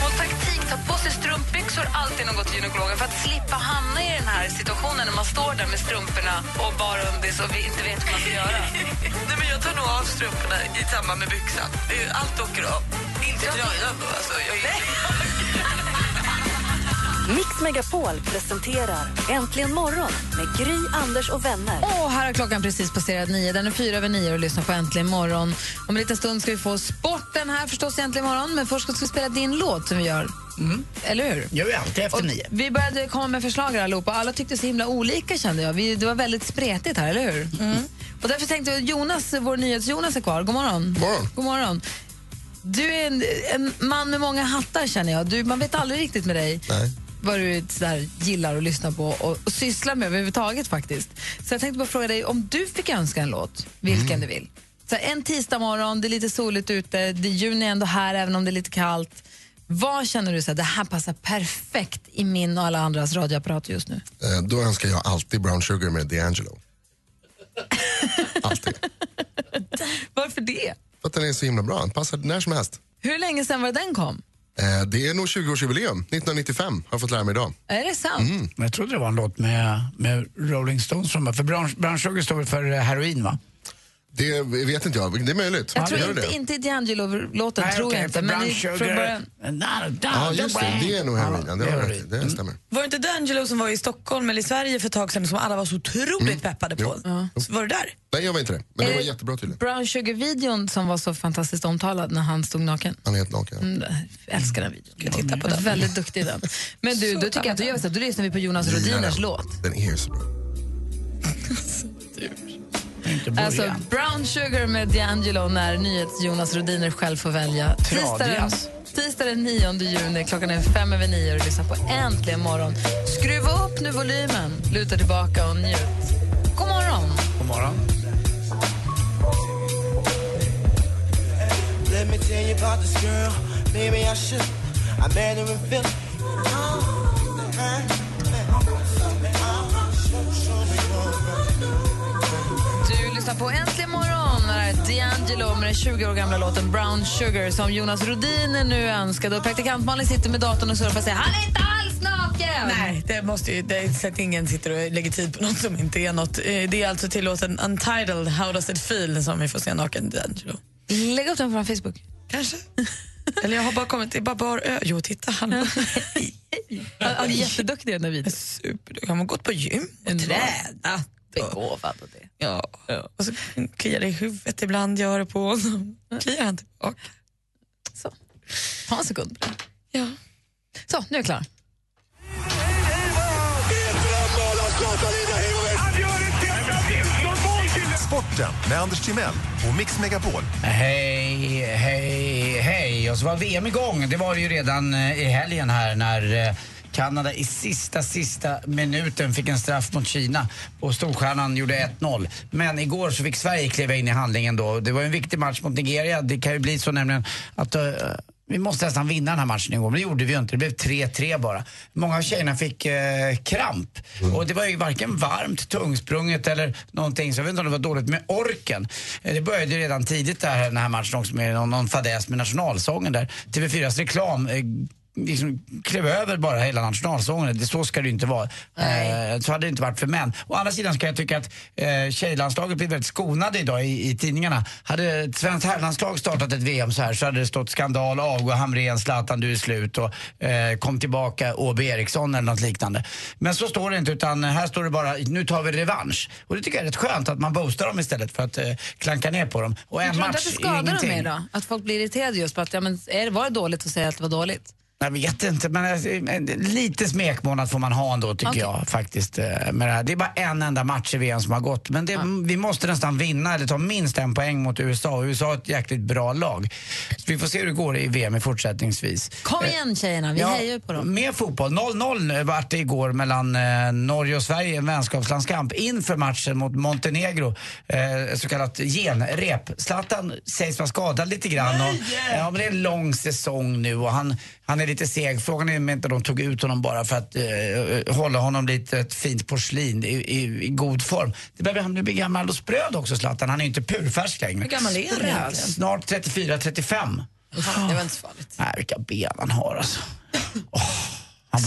Speaker 3: Och taktik, ta på sig strumpbyxor alltid när man går till gynekologen för att slippa hamna i den här situationen när man står där med strumporna och bara undis och vi inte vet vad man ska göra.
Speaker 22: Nej, men jag tar nog av strumporna i samband med byxan. Det är- Allt åker av. Inte tröjan då, alltså. Jag är...
Speaker 2: Mix Megapol presenterar Äntligen morgon med Gry, Anders och vänner.
Speaker 3: Och här har klockan precis passerat nio. Den är fyra över nio och lyssnar på Äntligen morgon. Om en liten stund ska vi få sporten här förstås i Äntligen morgon. Men först ska vi spela din låt som vi gör. Eller hur?
Speaker 5: Gör vi alltid efter
Speaker 3: Och
Speaker 5: nio.
Speaker 3: Vi började komma med förslag här allihopa. Alla tyckte så himla olika kände jag. Vi, det var väldigt spretigt här, eller hur? Och därför tänkte jag, Jonas, vår nyhets-Jonas är kvar. God morgon. God morgon. Du är en, en man med många hattar känner jag. Du, man vet aldrig riktigt med dig
Speaker 23: Nej.
Speaker 3: vad du sådär gillar att lyssna på och, och sysslar med överhuvudtaget faktiskt. Så jag tänkte bara fråga dig om du fick önska en låt, vilken
Speaker 23: Mm.
Speaker 3: du vill. Så här, en tisdag morgon, det är lite soligt ute, det är juni ändå här även om det är lite kallt. Vad känner du så här, det här passar perfekt i min och alla andras radioapparat just nu?
Speaker 23: Eh, Då önskar jag alltid Brown Sugar med D'Angelo.
Speaker 3: Varför det?
Speaker 23: För att den är så himla bra. Den passar när som helst.
Speaker 3: Hur länge sedan var det den kom?
Speaker 23: Eh, Det är nog 20-årsjubileum. 1995 har jag fått lära mig idag.
Speaker 3: Är det sant?
Speaker 5: Men jag trodde det var en låt med, med Rolling Stones som var- för Brown, Brown Sugar står väl för eh, heroin va?
Speaker 23: Det vet inte jag. Det är möjligt.
Speaker 3: Jag tror
Speaker 23: Gör
Speaker 3: inte,
Speaker 23: det?
Speaker 3: inte i D'Angelo-låten,
Speaker 5: Nej,
Speaker 3: tror
Speaker 5: okej,
Speaker 3: jag inte.
Speaker 5: för
Speaker 3: Men
Speaker 5: Brown
Speaker 3: i-
Speaker 5: Sugar-
Speaker 3: från början...
Speaker 23: Ja, just det. Det är nog heroinen. Det har du rätt i. Det stämmer.
Speaker 7: Var det inte D'Angelo som var i Stockholm eller i Sverige för ett tag sedan som alla var så otroligt
Speaker 3: Mm.
Speaker 7: peppade på? Så var det där?
Speaker 23: Nej, jag var inte det. Men det
Speaker 3: Eh,
Speaker 23: var jättebra tydligen.
Speaker 3: Brown Sugar-videon som var så fantastiskt omtalad när han stod naken.
Speaker 23: Han är helt naken.
Speaker 3: Mm, jag älskar den videon. Jag titta på den. Väldigt duktig i den. Men du, då tycker jag att du gör så. Då lyssnar vi på Jonas
Speaker 23: Gillar
Speaker 3: Rodiners
Speaker 23: den.
Speaker 3: låt.
Speaker 23: Den är ju så bra.
Speaker 3: Alltså Brown Sugar med D'Angelo när nyhets Jonas Rodiner själv får välja. Tisdagen,
Speaker 5: Tradias.
Speaker 3: tisdagen den 9 juni klockan är fem över nio och du lyssnar på Äntligen morgon. Skruva upp nu volymen, luta tillbaka och njut. God morgon!
Speaker 5: God morgon.
Speaker 9: Let me tell you about this girl. Maybe I should. I met her in Philly.
Speaker 3: Du lyssnar på Äntligen morgon. Det här är D'Angelo med den 20 år gamla låten Brown Sugar som Jonas Rodiner nu önskade. Och praktikant Malin sitter med datorn och surfar och säger han är inte alls naken!
Speaker 7: Nej, det måste ju, det är så att ingen sitter och lägger tid på något som inte är något. Eh, Det är alltså till låten Untitled, How does it feel, som vi får se naken D'Angelo.
Speaker 3: Lägg upp den på Facebook.
Speaker 7: Kanske. Eller jag har bara kommit till Babar Ö. Jo, titta han.
Speaker 3: Han han är jätteduktig i den där videon.
Speaker 7: Superduktig. Han har gått på gym och tränat.
Speaker 3: Begåvad och det.
Speaker 7: Ja. Och så kliar det i huvudet ibland, jag hör det på honom. Kliar han tillbaka.
Speaker 3: Så. Ta en sekund på det.
Speaker 7: Ja.
Speaker 3: Så, nu är jag klar.
Speaker 8: Sporten med Anders Timell och Mix Megapol.
Speaker 5: Hej, hej, hej. Och så var VM igång. Det var det ju redan eh, i helgen här när eh, Kanada i sista, sista minuten fick en straff mot Kina och storstjärnan gjorde 1-0. Men igår så fick Sverige kliva in i handlingen då. Det var ju en viktig match mot Nigeria. Det kan ju bli så nämligen att eh, vi måste nästan vinna den här matchen igår, men det gjorde vi ju inte. Det blev 3-3 bara. Många av tjejerna fick eh, kramp. Och det var ju varken varmt, tungsprunget eller någonting. Så jag vet inte om det var dåligt med orken. Eh, Det började ju redan tidigt där, den här matchen också med någon, någon fadäs med nationalsången där. TV4s reklam eh, liksom klev över bara hela nationalsången. Det, så ska det ju inte vara. Eh, så hade det inte varit för män. Å andra sidan så kan jag tycka att eh, tjejlandslaget blir väldigt skonade idag i, i tidningarna. Hade ett svenskt herrlandslag startat ett VM så här så hade det stått skandal, avgå Hamrén, Zlatan du är slut och eh, kom tillbaka Åby Eriksson eller något liknande. Men så står det inte utan här står det bara nu tar vi revansch. Och det tycker jag är rätt skönt att man boostar dem istället för att eh, klanka ner på dem. Och en
Speaker 3: tror inte att
Speaker 5: match
Speaker 3: det
Speaker 5: är ju
Speaker 3: skadar dem
Speaker 5: ingenting.
Speaker 3: mer då? Att folk blir irriterade just på att, ja, men är det, var det dåligt att säga att det var dåligt?
Speaker 5: Jag vet inte, men alltså, en- lite smekmånad får man ha ändå tycker
Speaker 3: Okej.
Speaker 5: jag faktiskt. eh, Med det, här. det är bara en enda match i VM som har gått. Men det, vi måste nästan vinna eller ta minst en poäng mot USA. Och USA är ett jäkligt bra lag. Så vi får se hur det går i VM i fortsättningsvis.
Speaker 3: Kom
Speaker 5: Eh,
Speaker 3: igen tjejerna, vi
Speaker 5: ja,
Speaker 3: hejar ju på dem.
Speaker 5: Mer fotboll. 0-0 vart det igår mellan eh, Norge och Sverige, en vänskapslandskamp inför matchen mot Montenegro. Eh, så kallat genrep. Zlatan sägs vara skadad lite grann. Och, ja, men det är en lång säsong nu och han, han är lite seg. Frågan är om inte de tog ut honom bara för att eh, hålla honom lite ett fint porslin i, i, i god form. Det börjar han bli gammal och spröd också Zlatan. Han är ju inte purfärsk längre.
Speaker 7: Hur gammal är han egentligen?
Speaker 5: Snart 34-35.
Speaker 7: Det var inte så farligt.
Speaker 5: Nej, vilka ben han har alltså.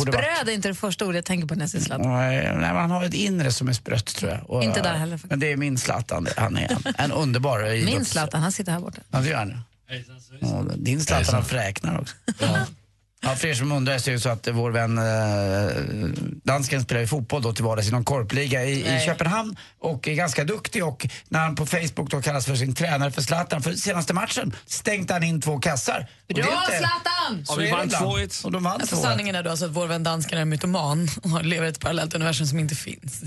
Speaker 3: Spröd är inte det första ordet jag tänker på när jag ser Zlatan.
Speaker 5: Nej, nej, men han har ett inre som är sprött tror jag. Och,
Speaker 3: Inte där heller, faktiskt.
Speaker 5: Men det är min Zlatan. Han är en, en underbar idrotts...
Speaker 3: Min Zlatan, han sitter här borta.
Speaker 5: Ja, det gör han. Ja, din Zlatan han fräknar också. Ja, för er som undrar så är det så att vår vän eh, dansken spelar ju fotboll då till vardags i någon korpliga i, i
Speaker 1: Nej.
Speaker 5: Köpenhamn och är ganska duktig och när han på Facebook då kallas för sin tränare för Zlatan för senaste matchen stängde han in två kassar. Och det är
Speaker 7: Bra
Speaker 5: inte-
Speaker 7: Zlatan!
Speaker 5: Så är det ibland. Och de vann
Speaker 7: alltså,
Speaker 5: 2-1.
Speaker 7: sanningen är då alltså att vår vän dansken är mytoman och lever i ett parallellt universum som inte finns.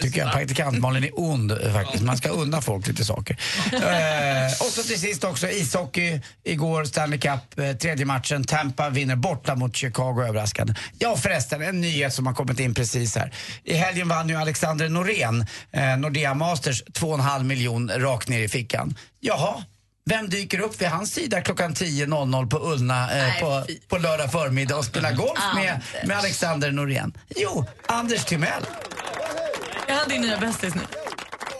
Speaker 5: Tycker jag praktikant Malin är ond eh, faktiskt. Man ska unna folk lite saker. eh, och så till sist också ishockey. Igår Stanley Cup, eh, tredje matchen. Tampa vinner borta mot Chicago överraskande. Ja förresten, en nyhet som har kommit in precis här. I helgen vann ju Alexander Norén, eh, Nordea Masters, 2,5 miljon rakt ner i fickan. Jaha. Vem dyker upp vid hans sida klockan 10.00 på Ullna eh,
Speaker 1: Nej, Ah,
Speaker 5: på, på lördag förmiddag och spelar golf med,
Speaker 1: Anders.
Speaker 5: med Alexander Norén? Jo, Anders Timell.
Speaker 7: Är han din nya bästis nu?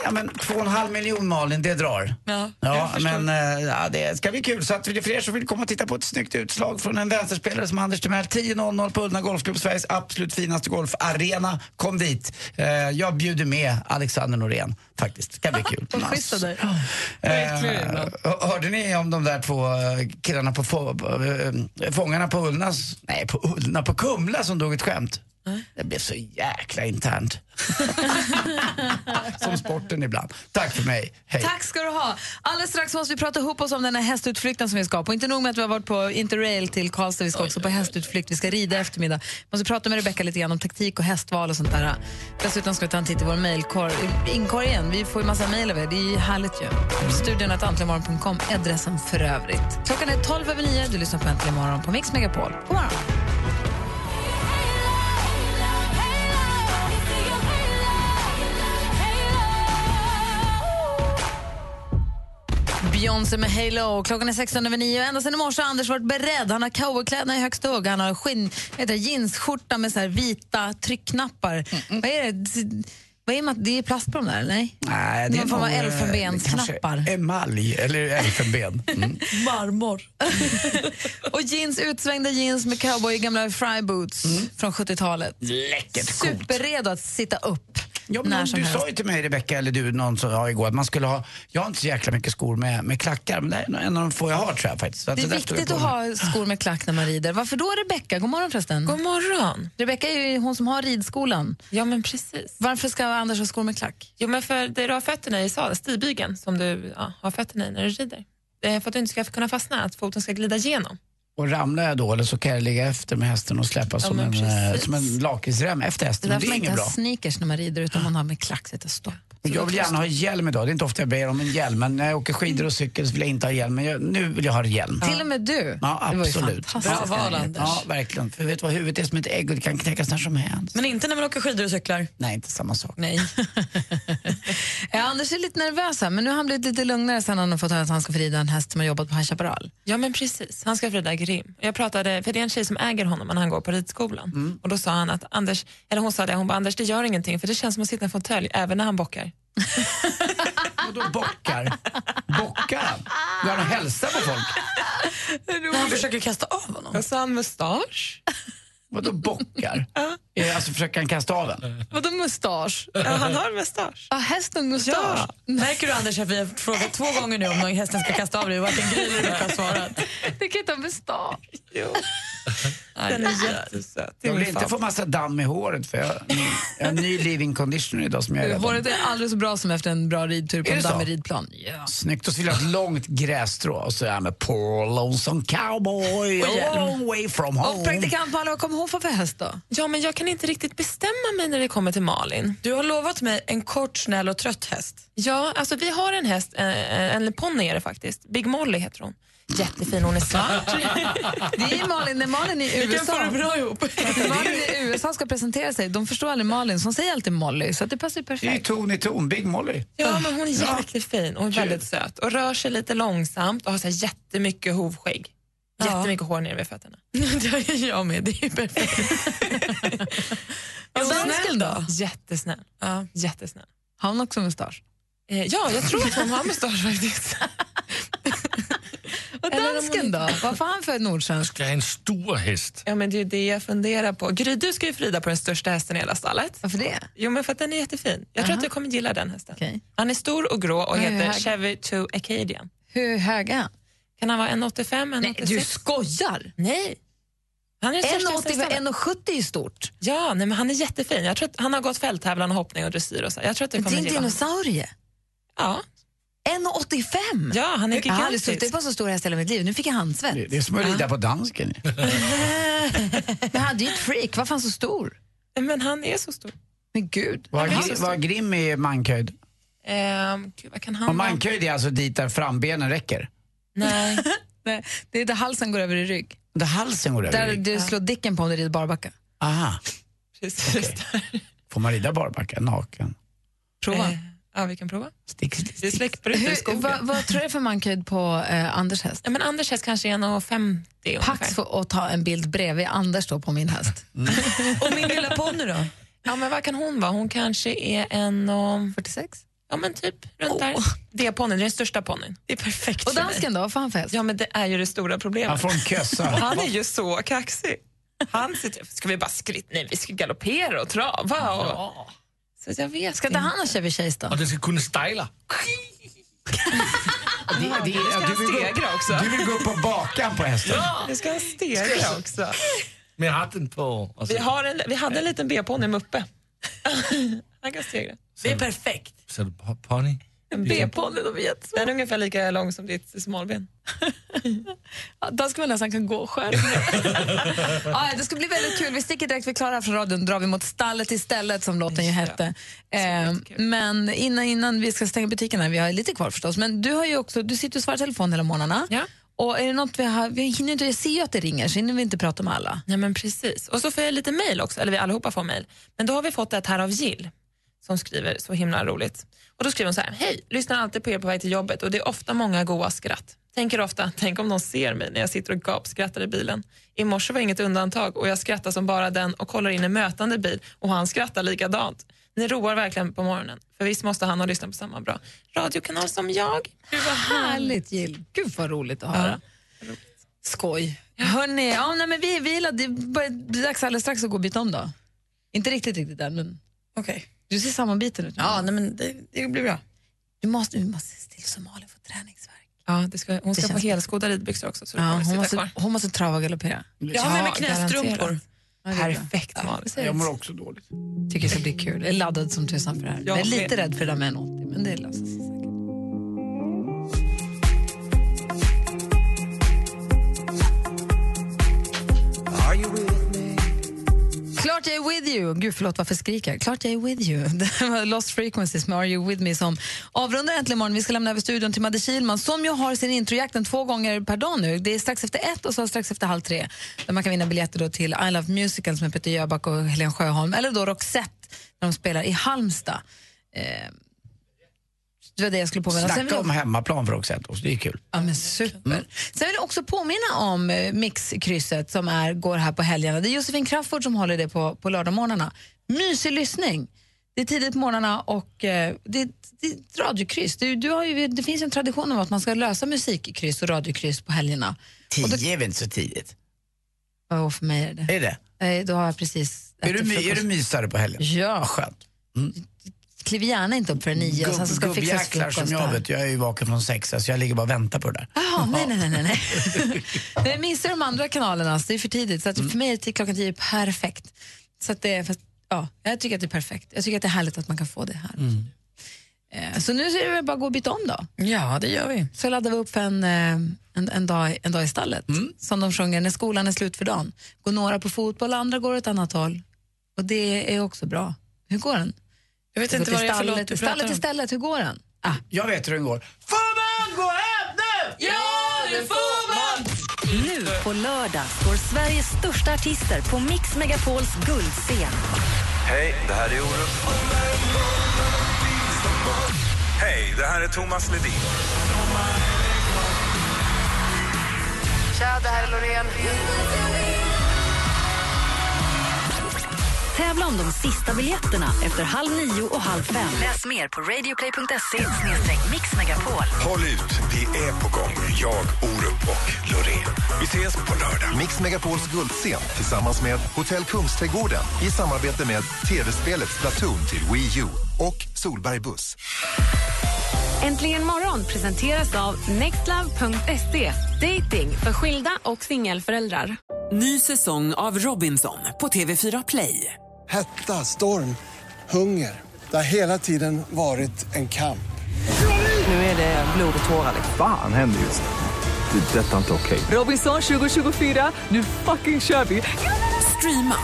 Speaker 5: Ja, men två och en halv miljon Malin, det drar.
Speaker 7: Ja,
Speaker 5: Ja,
Speaker 7: jag förstår.
Speaker 5: men eh, ja, det ska bli kul. Så att för er som vill komma och titta på ett snyggt utslag från en vänsterspelare som Anders Timell, 10.00 på Ullna Golfklubb, Sveriges absolut finaste golfarena. Kom dit. Eh, Jag bjuder med Alexander Norén, faktiskt. Det ska bli kul.
Speaker 1: Vad schysst av dig.
Speaker 5: Eh,
Speaker 1: äcklig ibland.
Speaker 5: hör- hörde ni om de där två eh, killarna på få, eh, fångarna på Ullnas, nej på Ullna, på Kumla som drog ett skämt? Det blev så jäkla internt. Som sporten ibland. Tack för mig. Hej.
Speaker 3: Tack ska du ha. Alldeles strax måste vi prata ihop oss om den här hästutflykten som vi ska på. Inte nog med att vi har varit på Interrail till Karlstad, vi ska också på hästutflykt, vi ska rida i eftermiddag. Vi måste prata med Rebecca lite grann om taktik och hästval och sånt där. Dessutom ska vi ta en titt i vår mejlkorg, inkorgen. Vi får ju massa mejl av er, det är ju härligt ju. Studion att antligenmorgon.com är adressen för övrigt. Klockan är 12 över 9, du lyssnar på Äntligen morgon på Mix Megapol. God morgon. Beyoncé med Halo. Klockan är 16 över 9. Ända sedan i morse har Anders varit beredd. Han har cowboykläderna i högsta hugg. Han har skinn, vad heter det, jeansskjorta med så här vita tryckknappar. Vad är det? Vad är det? Det är plast på dem där, eller? Nej,
Speaker 5: Nej,
Speaker 3: Någon form av
Speaker 5: nog, eh,
Speaker 3: elfenbensknappar.
Speaker 5: kanske Emalj, eller elfenben. Mm.
Speaker 7: Marmor.
Speaker 3: Och jeans, utsvängda jeans med cowboy i gamla fryboots
Speaker 5: Mm.
Speaker 3: från 70-talet.
Speaker 5: Läckert coolt.
Speaker 3: Superredo att sitta upp
Speaker 5: Ja,
Speaker 3: när
Speaker 5: men
Speaker 3: som
Speaker 5: du
Speaker 3: helst.
Speaker 5: sa ju till mig Rebecka, eller du, någon som ja, igår, att man skulle ha, jag har inte så jäkla mycket skor med, med klackar, men det är en av de få jag har tror jag faktiskt. Så
Speaker 3: Det är
Speaker 5: där står jag
Speaker 3: viktigt
Speaker 5: på
Speaker 3: att ha
Speaker 5: mig.
Speaker 3: skor med klack när man rider. Varför då, Rebecka? God morgon förresten. God
Speaker 4: morgon.
Speaker 3: Rebecka är ju hon som har ridskolan.
Speaker 4: Ja, men precis.
Speaker 3: Varför ska Anders ha skor med klack?
Speaker 4: Jo, men för det du har fötterna i sadeln, stigbygeln som du ja, har fötterna i när du rider. Eh, För att du inte ska kunna fastna, att foten ska glida igenom.
Speaker 5: Och ramlar jag då, eller så kan jag ligga efter med hästen och släppa som,
Speaker 4: men
Speaker 5: en, eh,
Speaker 4: precis.
Speaker 5: som en lakritsrem efter
Speaker 3: Det är
Speaker 5: hästen. Det,
Speaker 3: därför
Speaker 5: det är
Speaker 3: man inte
Speaker 5: inget
Speaker 3: har
Speaker 5: bra.
Speaker 3: sneakers när man rider utan man har med klack sätta stopp.
Speaker 5: Och Jag vill gärna ha hjälm idag. Det är inte ofta jag ber om en hjälm, men när jag åker skidor och cykel så vill jag inte ha hjälm. Men jag, nu vill jag ha hjälm.
Speaker 3: Mm. Till och med du.
Speaker 5: Ja,
Speaker 3: Det var ju
Speaker 5: absolut.
Speaker 3: fantastiskt.
Speaker 5: Bra val, Anders. Ja, verkligen. För vet du vad, huvudet är som ett ägg och det kan knäckas när som helst.
Speaker 7: Men inte när man åker skidor och cyklar?
Speaker 5: Nej, inte samma sak.
Speaker 7: Nej.
Speaker 3: Ja, Anders är lite nervös här, men nu har han blivit lite lugnare sen han har fått höra att han ska få rida en häst som har jobbat på High Chaparral.
Speaker 4: Ja, men precis. Han ska vrida grym. Jag pratade, för det är en tjej som äger honom när han går på ridskolan.
Speaker 7: Mm.
Speaker 4: Och då sa han att Anders, eller hon sa det, hon bara Anders det gör ingenting för det känns som att sitta i en fåtölj även när han bockar.
Speaker 5: Bockar. Bockar han? Går han och hälsar på folk?
Speaker 4: Men han försöker
Speaker 7: kasta av honom.
Speaker 4: Och så har han mustasch.
Speaker 5: Vadå bockar? Eh, Alltså försöker han kasta av en?
Speaker 3: Vadå mustasch?
Speaker 4: Ja, han har mustasch.
Speaker 3: Ja, hästen mustasch.
Speaker 7: Märker du Anders att vi har frågat två gånger nu om någon hästen ska kasta av dig och varken Gry eller Rebecka har svarat?
Speaker 3: Det kan inte ha mustasch.
Speaker 4: Den är jättesöt.
Speaker 5: Jag vill
Speaker 4: min
Speaker 5: inte
Speaker 4: favorit.
Speaker 5: få massa damm i håret för jag jag har en ny living conditioner idag som jag är rädd om.
Speaker 3: Håret är aldrig så bra som efter en bra ridtur på
Speaker 5: Är
Speaker 3: en
Speaker 5: det så?
Speaker 3: dammig ridplan. Ja.
Speaker 5: Snyggt. Och så vill jag ha ett långt grässtrå och så är jag med Paul Lonesome Cowboy
Speaker 4: Och hjälm.
Speaker 5: a long way from
Speaker 3: Och
Speaker 5: home.
Speaker 3: praktikant Malin, vad kommer hon få för häst då?
Speaker 4: Ja, men jag kan inte riktigt bestämma mig när det kommer till Malin.
Speaker 7: Du har lovat mig en kort, snäll och trött häst.
Speaker 4: Ja, alltså vi har en häst, eh, en ponny är det faktiskt. Big Molly heter hon. Jättefin, hon är svart.
Speaker 3: Det är Malin, när Malin är i
Speaker 4: Vi kan
Speaker 3: USA.
Speaker 4: få det bra ihop.
Speaker 3: När Malin är i USA ska presentera sig, de förstår aldrig Malin, så hon säger alltid Molly, så att det passar ju
Speaker 5: Det är ju
Speaker 3: perfekt.
Speaker 5: ton i ton, Big Molly.
Speaker 4: Ja, men hon är
Speaker 5: Ja.
Speaker 4: jättefin och väldigt söt och rör sig lite långsamt och har så här jättemycket hovskägg. Jättemycket hår nere vid fötterna.
Speaker 7: det har jag med, det är ju perfekt.
Speaker 4: Är hon
Speaker 3: dansken då?
Speaker 4: Jättesnäll. Jättesnäll.
Speaker 3: Har hon också mustasch?
Speaker 4: Eh, ja, jag tror att hon har mustasch faktiskt.
Speaker 3: Och
Speaker 4: Eller om
Speaker 3: dansken
Speaker 4: hon
Speaker 3: då?
Speaker 4: inte-
Speaker 3: Varför har han för nordsvensk?
Speaker 18: Ska jag ha en stor häst?
Speaker 4: Ja, men det är ju det jag funderar på. Gry, du ska ju frida på den största hästen i hela stallet.
Speaker 3: Varför det?
Speaker 4: Jo, men för att den är jättefin. Jag tror att du kommer gilla den hästen. Han är stor och grå och
Speaker 3: Hur
Speaker 4: heter
Speaker 3: hög?
Speaker 4: Chevy 2 Acadian.
Speaker 3: Hur hög är han?
Speaker 4: Kan han vara 1,85, 1,86?
Speaker 3: skojar!
Speaker 4: Nej, Han är den största
Speaker 3: 1,80 var
Speaker 4: hästsamlaren.
Speaker 3: 1,70 är ju stort.
Speaker 4: Ja, nej, men han är jättefin. Jag tror att han har gått fälttävlan och hoppning och dressyr och så. Jag tror att det
Speaker 3: Men det
Speaker 4: kommer
Speaker 3: är en
Speaker 4: gilla honom.
Speaker 3: dinosaurie.
Speaker 4: Ja.
Speaker 3: 1,85!
Speaker 4: Ja, han är
Speaker 3: Jag har aldrig
Speaker 4: gigantisk.
Speaker 3: suttit på en så stor häst i hela mitt liv. Nu fick jag handsvett.
Speaker 5: Det är som att rida på dansken.
Speaker 3: Men han är ju ett freak. Varför är han så stor?
Speaker 4: Men han är så stor.
Speaker 3: Men gud.
Speaker 5: Vad
Speaker 3: Han är
Speaker 5: gr-
Speaker 3: så
Speaker 5: vad grim är mankhöjd?
Speaker 4: Ehm, gud, vad kan han
Speaker 5: Och
Speaker 4: vara?
Speaker 5: mankhöjd är alltså dit där frambenen räcker?
Speaker 4: Nej.
Speaker 3: Nej, det är där halsen går över i rygg.
Speaker 5: Där halsen går över?
Speaker 3: Där du slår dicken på om du rider barbacka.
Speaker 5: Aha.
Speaker 4: Precis.
Speaker 5: Får man rida barbacka naken?
Speaker 3: Prova.
Speaker 4: Eh, ja, vi kan prova.
Speaker 5: Stick, stick,
Speaker 4: Det är släckbrutet i
Speaker 3: Hur,
Speaker 4: skogen.
Speaker 3: vad, vad tror du för mankhöjd på eh, Anders häst?
Speaker 4: Ja, men Anders häst kanske är 1,50
Speaker 3: Pax
Speaker 4: ungefär.
Speaker 3: får att ta en bild bredvid Anders då på min häst.
Speaker 5: Mm.
Speaker 4: Och min lilla ponny då? Ja, men vad kan hon vara? Hon kanske är en... Och...
Speaker 3: 46?
Speaker 4: Ja, men typ runt där. Det är ponnyn, det är den största ponnyn. Det är perfekt
Speaker 3: Och dansken då? Vad får han för häst?
Speaker 4: Ja, men det är ju det stora problemet.
Speaker 5: Han får en kössa.
Speaker 4: Han är ju så kaxig. Han sitter, ska vi bara skritt? Nej, vi ska galoppera och trava. Och... Så jag vet
Speaker 3: Ska inte han ha Chevy Chase då?
Speaker 18: Och den ska kunna styla.
Speaker 5: Det, det,
Speaker 4: Nu ska han
Speaker 5: du, vill
Speaker 4: stegra också.
Speaker 5: gå, du vill gå upp på bakan på hästen?
Speaker 18: Ja.
Speaker 4: Nu ska han stegra också.
Speaker 18: Med hatten på. alltså. och så.
Speaker 4: Vi, har en, vi hade en liten B-ponny, Muppe. Han kan stegra.
Speaker 7: Det är perfekt.
Speaker 18: Så är det po- pony. Liksom.
Speaker 4: En
Speaker 18: Det är
Speaker 4: B-ponny, de är jättesmå. Den är ungefär lika lång som ditt smalben.
Speaker 3: Då ska man nästan kan gå själv. ja, det ska bli väldigt kul. Vi sticker direkt, vi klarar från radion och drar vi mot stallet istället
Speaker 4: Mm,
Speaker 3: som låten ju hette. Eh, men innan, innan vi ska stänga butikerna, vi har lite kvar förstås, men du, har ju också, du sitter och svarar i telefon hela morgnarna. Och är det något vi har, vi hinner inte, jag ser ju att det ringer så hinner vi inte prata med alla.
Speaker 4: Ja, men precis. Och så får jag lite mejl också, eller vi allihopa får mejl. Men då har vi fått ett här av Jill som skriver så himla roligt. Och då skriver hon så här, hej, lyssnar alltid på er på väg till jobbet och det är ofta många goa skratt. Tänker ofta, tänk om någon ser mig när jag sitter och gapskrattar i bilen. I morse var inget undantag och jag skrattar som bara den och kollar in en mötande bil och han skrattar likadant. Ni roar verkligen på morgonen, för visst måste han ha lyssnat på samma bra radiokanal som jag. Gud vad
Speaker 3: Härligt Jill, gud vad roligt att höra. Skoj. Hörrni, ja, nej, men vi är vilade, det börjar- det är dags alldeles strax att gå och byta om då. Inte riktigt riktigt än, men
Speaker 7: Okej.
Speaker 3: du ser sammanbiten ut. nu.
Speaker 7: Ja, nej, men det, det blir bra.
Speaker 3: Du måste, du måste se till så Malin får träningsvärk.
Speaker 4: Ja, det ska, hon
Speaker 3: Det
Speaker 4: ska få
Speaker 3: känns-
Speaker 4: helskodda ridbyxor också så det
Speaker 3: Ja,
Speaker 4: kommer
Speaker 3: hon,
Speaker 4: sitta
Speaker 3: måste,
Speaker 4: kvar.
Speaker 3: hon måste trava och galoppera.
Speaker 7: Jag har med mig knästrumpor.
Speaker 4: Perfekt
Speaker 5: Jag mår också dåligt.
Speaker 3: Tycker det ska bli kul. Jag är laddad som tusan för det här.
Speaker 5: Jag
Speaker 3: Jag är lite
Speaker 5: med.
Speaker 3: rädd för det där med 1,80 men det löser sig säkert.
Speaker 9: Are you with me?
Speaker 3: Klart jag är with you. Gud, förlåt, varför skriker jag? Klart jag är with you. Det var Lost Frequencies med Are You With Me som avrundar äntligen morgon. Vi ska lämna över studion till Madde Kihlman som ju har sin introjakten två gånger per dag nu. Det är strax efter ett och så strax efter halv tre. Där man kan vinna biljetter då till I Love Musicals med Peter Jöback och Helen Sjöholm. Eller då Roxette när de spelar i Halmstad. Eh, det var det jag skulle påminna Sen vill
Speaker 5: Snacka
Speaker 3: jag-
Speaker 5: om hemmaplan för Roxette, det är kul.
Speaker 3: Ja, men super.
Speaker 5: Mm.
Speaker 3: Sen vill jag också påminna om eh, mixkrysset som är, går här på helgerna. Det är Josefin Crafoord som håller det på, på lördagmorgnarna. Mysig lyssning. Det är tidigt på morgnarna och eh, det, det är ett radiokryss. Du, du har ju, det finns en tradition om att man ska lösa musikkryss och radiokryss på helgerna.
Speaker 5: Tio är väl inte så tidigt?
Speaker 3: Oh, för mig är det
Speaker 5: Är det?
Speaker 3: Nej, då har jag precis
Speaker 5: Är du,
Speaker 3: ätit
Speaker 5: my- är du
Speaker 3: frukost.
Speaker 5: mysare på helgen?
Speaker 3: Ja.
Speaker 5: Skönt.
Speaker 3: Kliv gärna inte upp för nio och sen så ska det fixas
Speaker 5: Gubbjäklar
Speaker 3: frukost.
Speaker 5: som jag
Speaker 3: där.
Speaker 5: vet, jag är ju vaken från sex, så jag ligger bara och väntar på det där.
Speaker 3: Jaha, nej, nej, nej, nej, nej. nej. Missar de andra kanalerna, så det är för tidigt. Så
Speaker 7: Mm.
Speaker 3: att för mig är det klockan tio perfekt. Så att det, är- fast, ja, jag tycker att det är perfekt. Jag tycker att det är härligt att man kan få det här.
Speaker 7: Mm.
Speaker 3: Eh, Så nu är det väl bara att gå och byta om då.
Speaker 7: Ja, det gör vi.
Speaker 3: Så laddar vi upp för en, eh, en, en, dag, en dag i stallet.
Speaker 7: Mm.
Speaker 3: Som de sjunger, när skolan är slut för dagen. Går några på fotboll, andra går åt annat håll. Och det är också bra. Hur går den?
Speaker 7: Jag vet
Speaker 3: Gå
Speaker 7: inte
Speaker 3: till
Speaker 7: vad det är för
Speaker 3: stallet,
Speaker 7: låt du pratar
Speaker 3: Stallet
Speaker 7: om.
Speaker 3: istället, hur går den?
Speaker 5: Jag vet hur den går. Får man gå hem nu?
Speaker 7: Ja, det får man!
Speaker 2: Nu på lördag står Sveriges största artister på Mix Megapols guldscen.
Speaker 19: Hej, det här är Orup. Hej, det här är Thomas Ledin.
Speaker 22: Tja, det här är Loreen.
Speaker 2: Tävla om de sista biljetterna efter halv nio och halv fem. Läs mer på radioplay.se mixmegapol.
Speaker 8: Håll ut, vi är på gång. Jag, Orup och Loreen. Vi ses på lördag. Mix Megapols guldscen tillsammans med Hotell Kungsträdgården i samarbete med tv-spelet Splatoon till Wii U och Solberg Buss.
Speaker 11: Äntligen morgon presenteras av nextlove.se. Dating för skilda och singelföräldrar.
Speaker 1: Ny säsong av Robinson på TV4 Play.
Speaker 10: Hetta, storm, hunger. Det har hela tiden varit en kamp.
Speaker 1: Nu är det blod och tårar. liksom.
Speaker 19: Fan händer just nu. Det. är Detta är inte okej.
Speaker 1: Robinson 2024, nu fucking kör vi! Streama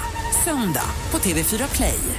Speaker 1: söndag på TV4 Play.